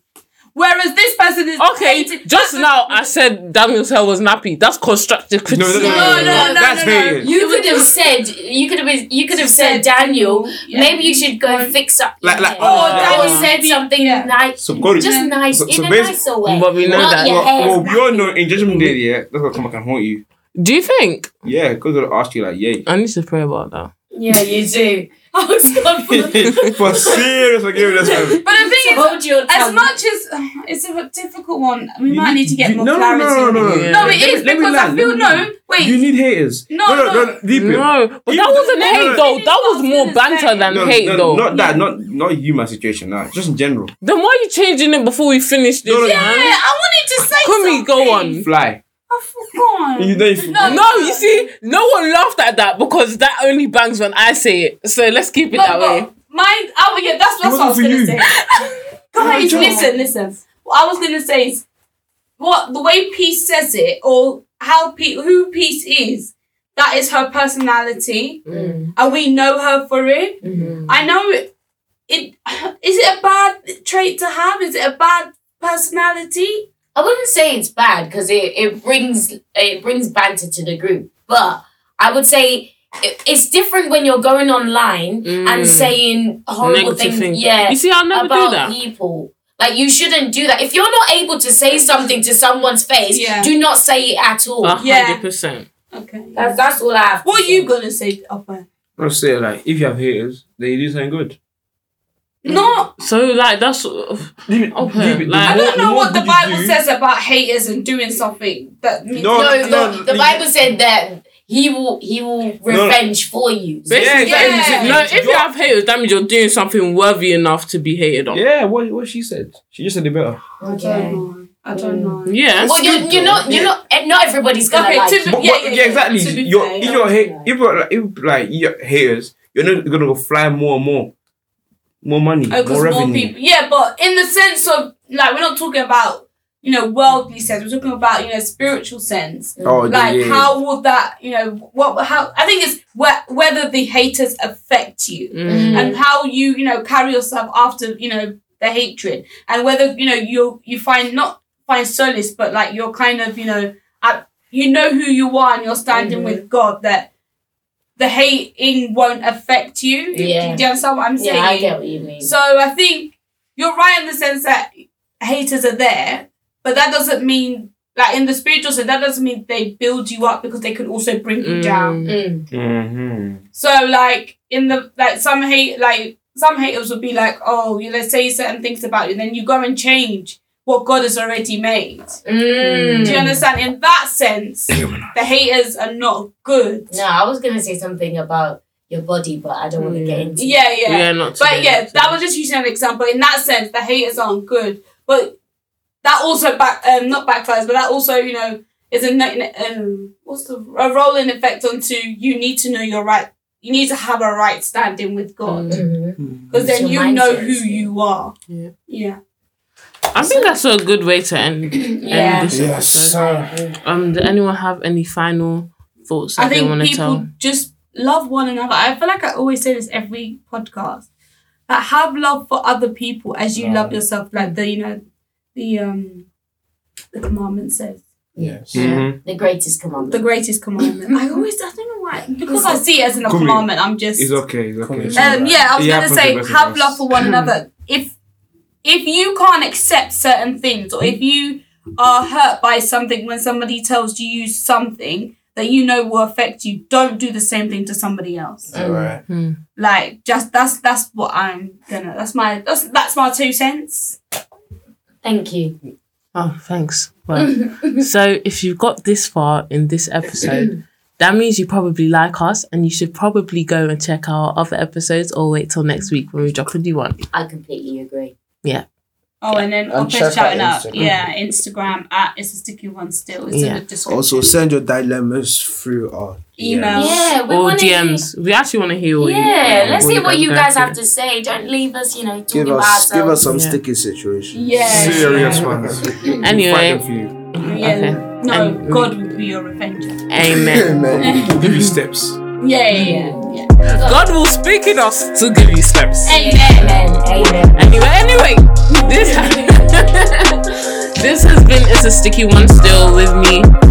S4: Whereas this person is
S1: Okay,
S4: hated-
S1: just
S4: that's-
S1: now uh, I said Daniel's hair was nappy. That's constructive
S3: no, no, no,
S1: criticism.
S3: no,
S2: No,
S3: no, no,
S2: no, no,
S3: That's
S4: no, no.
S3: hating.
S2: You could have said you could have been- you could have said Daniel.
S4: Yeah.
S2: Maybe you should go and fix up. your
S3: Like- like,
S2: hair."
S3: oh,
S2: or
S4: Daniel,
S2: said
S4: maybe,
S2: something
S4: yeah.
S2: nice,
S3: So, Corey,
S2: just nice
S3: so- so
S2: in a
S3: basi-
S2: nicer way.
S1: But we know
S2: Not
S1: that-
S2: your
S3: Well,
S2: hair.
S3: well, we all know in judgment day, yeah, that's gonna come back and haunt you.
S1: Do you think?
S3: Yeah, because they'll ask you like, yeah.
S1: I need to pray about that.
S2: yeah, you *laughs* do. Oh, stop.
S4: *laughs*
S3: but serious, I give it this
S4: But the thing is,
S2: Hold your
S4: as
S2: tongue.
S4: much as *sighs* it's a difficult one, we
S3: You
S4: might
S3: need-
S4: need to get
S3: you-
S4: more
S3: no, no,
S4: clarity.
S3: no, no, no,
S1: no.
S4: No, it
S3: Let me- let
S4: is
S3: me
S4: because I
S3: land,
S4: feel
S3: let me
S4: no. Wait,
S3: You need haters.
S4: No,
S3: no,
S4: no.
S3: no deep in.
S1: No, but
S3: You-
S1: that wasn't
S3: no,
S1: hate
S3: no,
S1: though.
S4: no.
S1: That was more banter than
S3: No,
S1: hate
S3: no,
S1: though.
S3: Not that, not not you, my situation, nah. Just in general.
S1: Then why are you changing it before we finish this?
S3: No, no, no.
S4: yeah,
S1: man?
S4: I wanted to say.
S1: Can we
S4: something.
S1: go on?
S3: Fly.
S4: I forgot.
S3: You know, if,
S4: No.
S1: No, you see, no one laughed at that because that only bangs when I say it. So let's keep it
S4: No,
S1: that
S4: but
S1: way.
S4: Mine. Oh, yeah. That's, that's what I was
S3: wasn't
S4: gonna
S3: for *laughs*
S4: say.
S3: you.
S4: Guys,
S3: job.
S4: listen, listen. What I was gonna say is, what the way Peace says it, or how Pe- who Peace is. That is her personality,
S1: Mm.
S4: and we know her for it.
S1: Mm-hmm.
S4: I know it. It *sighs* is it a bad trait to have? Is it a bad personality?
S2: I wouldn't say it's bad because it, it brings it brings banter to the group, but I would say it, it's different when you're going online and saying horrible
S1: Negative
S2: things.
S1: thing.
S2: Yeah,
S1: You see, I'll never
S2: about
S1: do that.
S2: people. Like you shouldn't do that. If you're not able to say something to someone's face,
S4: Yeah.
S2: do not say it at all.
S1: A hundred
S4: Yeah.
S1: percent.
S4: Okay.
S2: That's, that's all I have. to
S4: What are
S2: say.
S4: you gonna say, Upper?
S3: I'll say like, if you have haters, then you do something good. Mm.
S4: Not.
S1: So like that's
S3: Leave it.
S1: Okay,
S3: leave it.
S1: like-
S4: Oh, I
S1: I
S4: don't know what, the
S3: good you
S4: Bible
S3: do-
S4: says about haters and doing something that means
S3: No,
S2: No,
S3: no,
S2: the, the
S3: you-
S2: Bible said that he will he will revenge for you. So
S1: basically
S3: Yeah,
S1: that is-
S4: yeah.
S1: no. If you have haters, that means you're doing something worthy enough to be hated on.
S3: Yeah, what what she said. She just said it better.
S2: Okay.
S4: I don't know.
S1: Yeah.
S2: Well, you you know you know and not everybody's gonna
S4: Okay,
S2: like
S4: to
S2: you.
S4: be-
S3: But,
S4: Yeah,
S3: but-
S4: yeah,
S3: yeah,
S4: yeah.
S3: exactly.
S4: To be
S3: Your
S4: fair,
S3: if
S4: yeah.
S3: your hate, if you're like, if like your haters, you're not gonna go fly more and more, more money,
S4: Oh,
S3: more
S4: because more,
S3: revenue.
S4: people. Yeah, but in the sense of like, we're not talking about you know worldly sense. We're talking about you know spiritual sense.
S3: Oh,
S4: Like,
S3: yeah.
S4: how would that you know what how I think it's whe- whether the haters affect you
S1: Mm.
S4: and how you you know carry yourself after you know the hatred and whether you know you you find not find solace but like you're kind of you know at, you know who you are and you're standing
S2: Mm-hmm.
S4: with God that. The hating won't affect you.
S2: Yeah.
S4: Do you understand what I'm saying?
S2: Yeah, I get what you mean.
S4: So I think you're right in the sense that haters are there, but that doesn't mean like in the spiritual sense, that doesn't mean they build you up because they can also bring you down.
S2: Mm.
S3: Mm-hmm.
S4: So like in the like some hate like some haters would be like, oh, you let's say certain things about you, and then you go and change what God has already made.
S2: Mm.
S4: Do you understand? In that sense, the haters are not good.
S2: No, I was gonna say something about your body, but I don't want to
S4: Mm.
S2: get into.
S4: Yeah, yeah.
S1: Yeah, not.
S4: But
S1: today,
S4: yeah,
S1: not
S4: that
S1: today.
S4: was just using an example. In that sense, the haters aren't good. But that also back um not backfires, but that also you know is a no- um what's the a rolling effect onto you need to know your right. You need to have a right standing with God
S2: Mm-hmm.
S4: because
S2: It's
S4: then
S2: your
S4: you know
S2: mindset,
S4: who
S2: isn't it?
S4: you are.
S1: Yeah.
S4: Yeah.
S1: I think that's a good way to end.
S2: Yeah.
S1: end this episode. Um, did anyone have any final thoughts that
S4: I
S1: they
S4: think
S1: want to
S4: people
S1: tell?
S4: just love one another. I feel like I always say this every podcast. That have love for other people as you love yourself, like the you know, the um, the commandment says
S3: Yes.
S1: Yeah.
S2: The greatest
S4: the
S2: commandment.
S4: greatest commandment. I always I don't know why because I see it as a
S3: Come here.
S4: commandment. I'm just
S3: It's okay. It's okay.
S4: um, yeah, I was
S3: It
S4: gonna
S3: happens to
S4: say
S3: the best of
S4: have
S3: us.
S4: love for one
S3: *clears throat*
S4: another. If if you can't accept certain things, or if you are hurt by something when somebody tells you something that you know will affect you, don't do the same thing to somebody else.
S3: Alright.
S4: Like just that's that's what I'm gonna. That's my that's that's my two cents.
S2: Thank you.
S1: Oh, thanks.
S2: *laughs*
S1: Well, so if you've got this far in this episode, that means you probably like us and you should probably go and check our other episodes or wait till next week when we drop a new one.
S2: I completely agree.
S4: Oh, and then
S7: And
S4: Ope's
S7: check out
S4: shouting out,
S7: Instagram.
S4: yeah, Instagram at it's a sticky one still. It's
S1: Yeah.
S4: in the description.
S5: Also, send your dilemmas through our
S4: Email.
S2: Yeah, we
S1: Or
S2: wanna hear-
S1: DMs. We actually want to hear all you-
S2: Yeah, let's
S1: all
S2: hear what you
S1: go
S2: guys
S1: through.
S2: have to say. Don't leave us, you know, talking
S5: Give
S2: about
S5: us, give us
S2: ourselves.
S5: some
S1: Yeah.
S5: sticky situations.
S4: Yeah.
S3: Serious ones.
S1: Anyway.
S3: Fight for you.
S4: Yeah.
S1: Okay.
S4: No,
S1: And-
S4: God will be your revenger.
S1: Amen.
S5: *laughs* Amen.
S3: Give you steps.
S4: Yeah, yeah, yeah.
S1: *laughs* God will speak in us to give you steps.
S2: Amen. Amen.
S1: Anyway, anyway, *laughs* this this has been it's a sticky one still with me,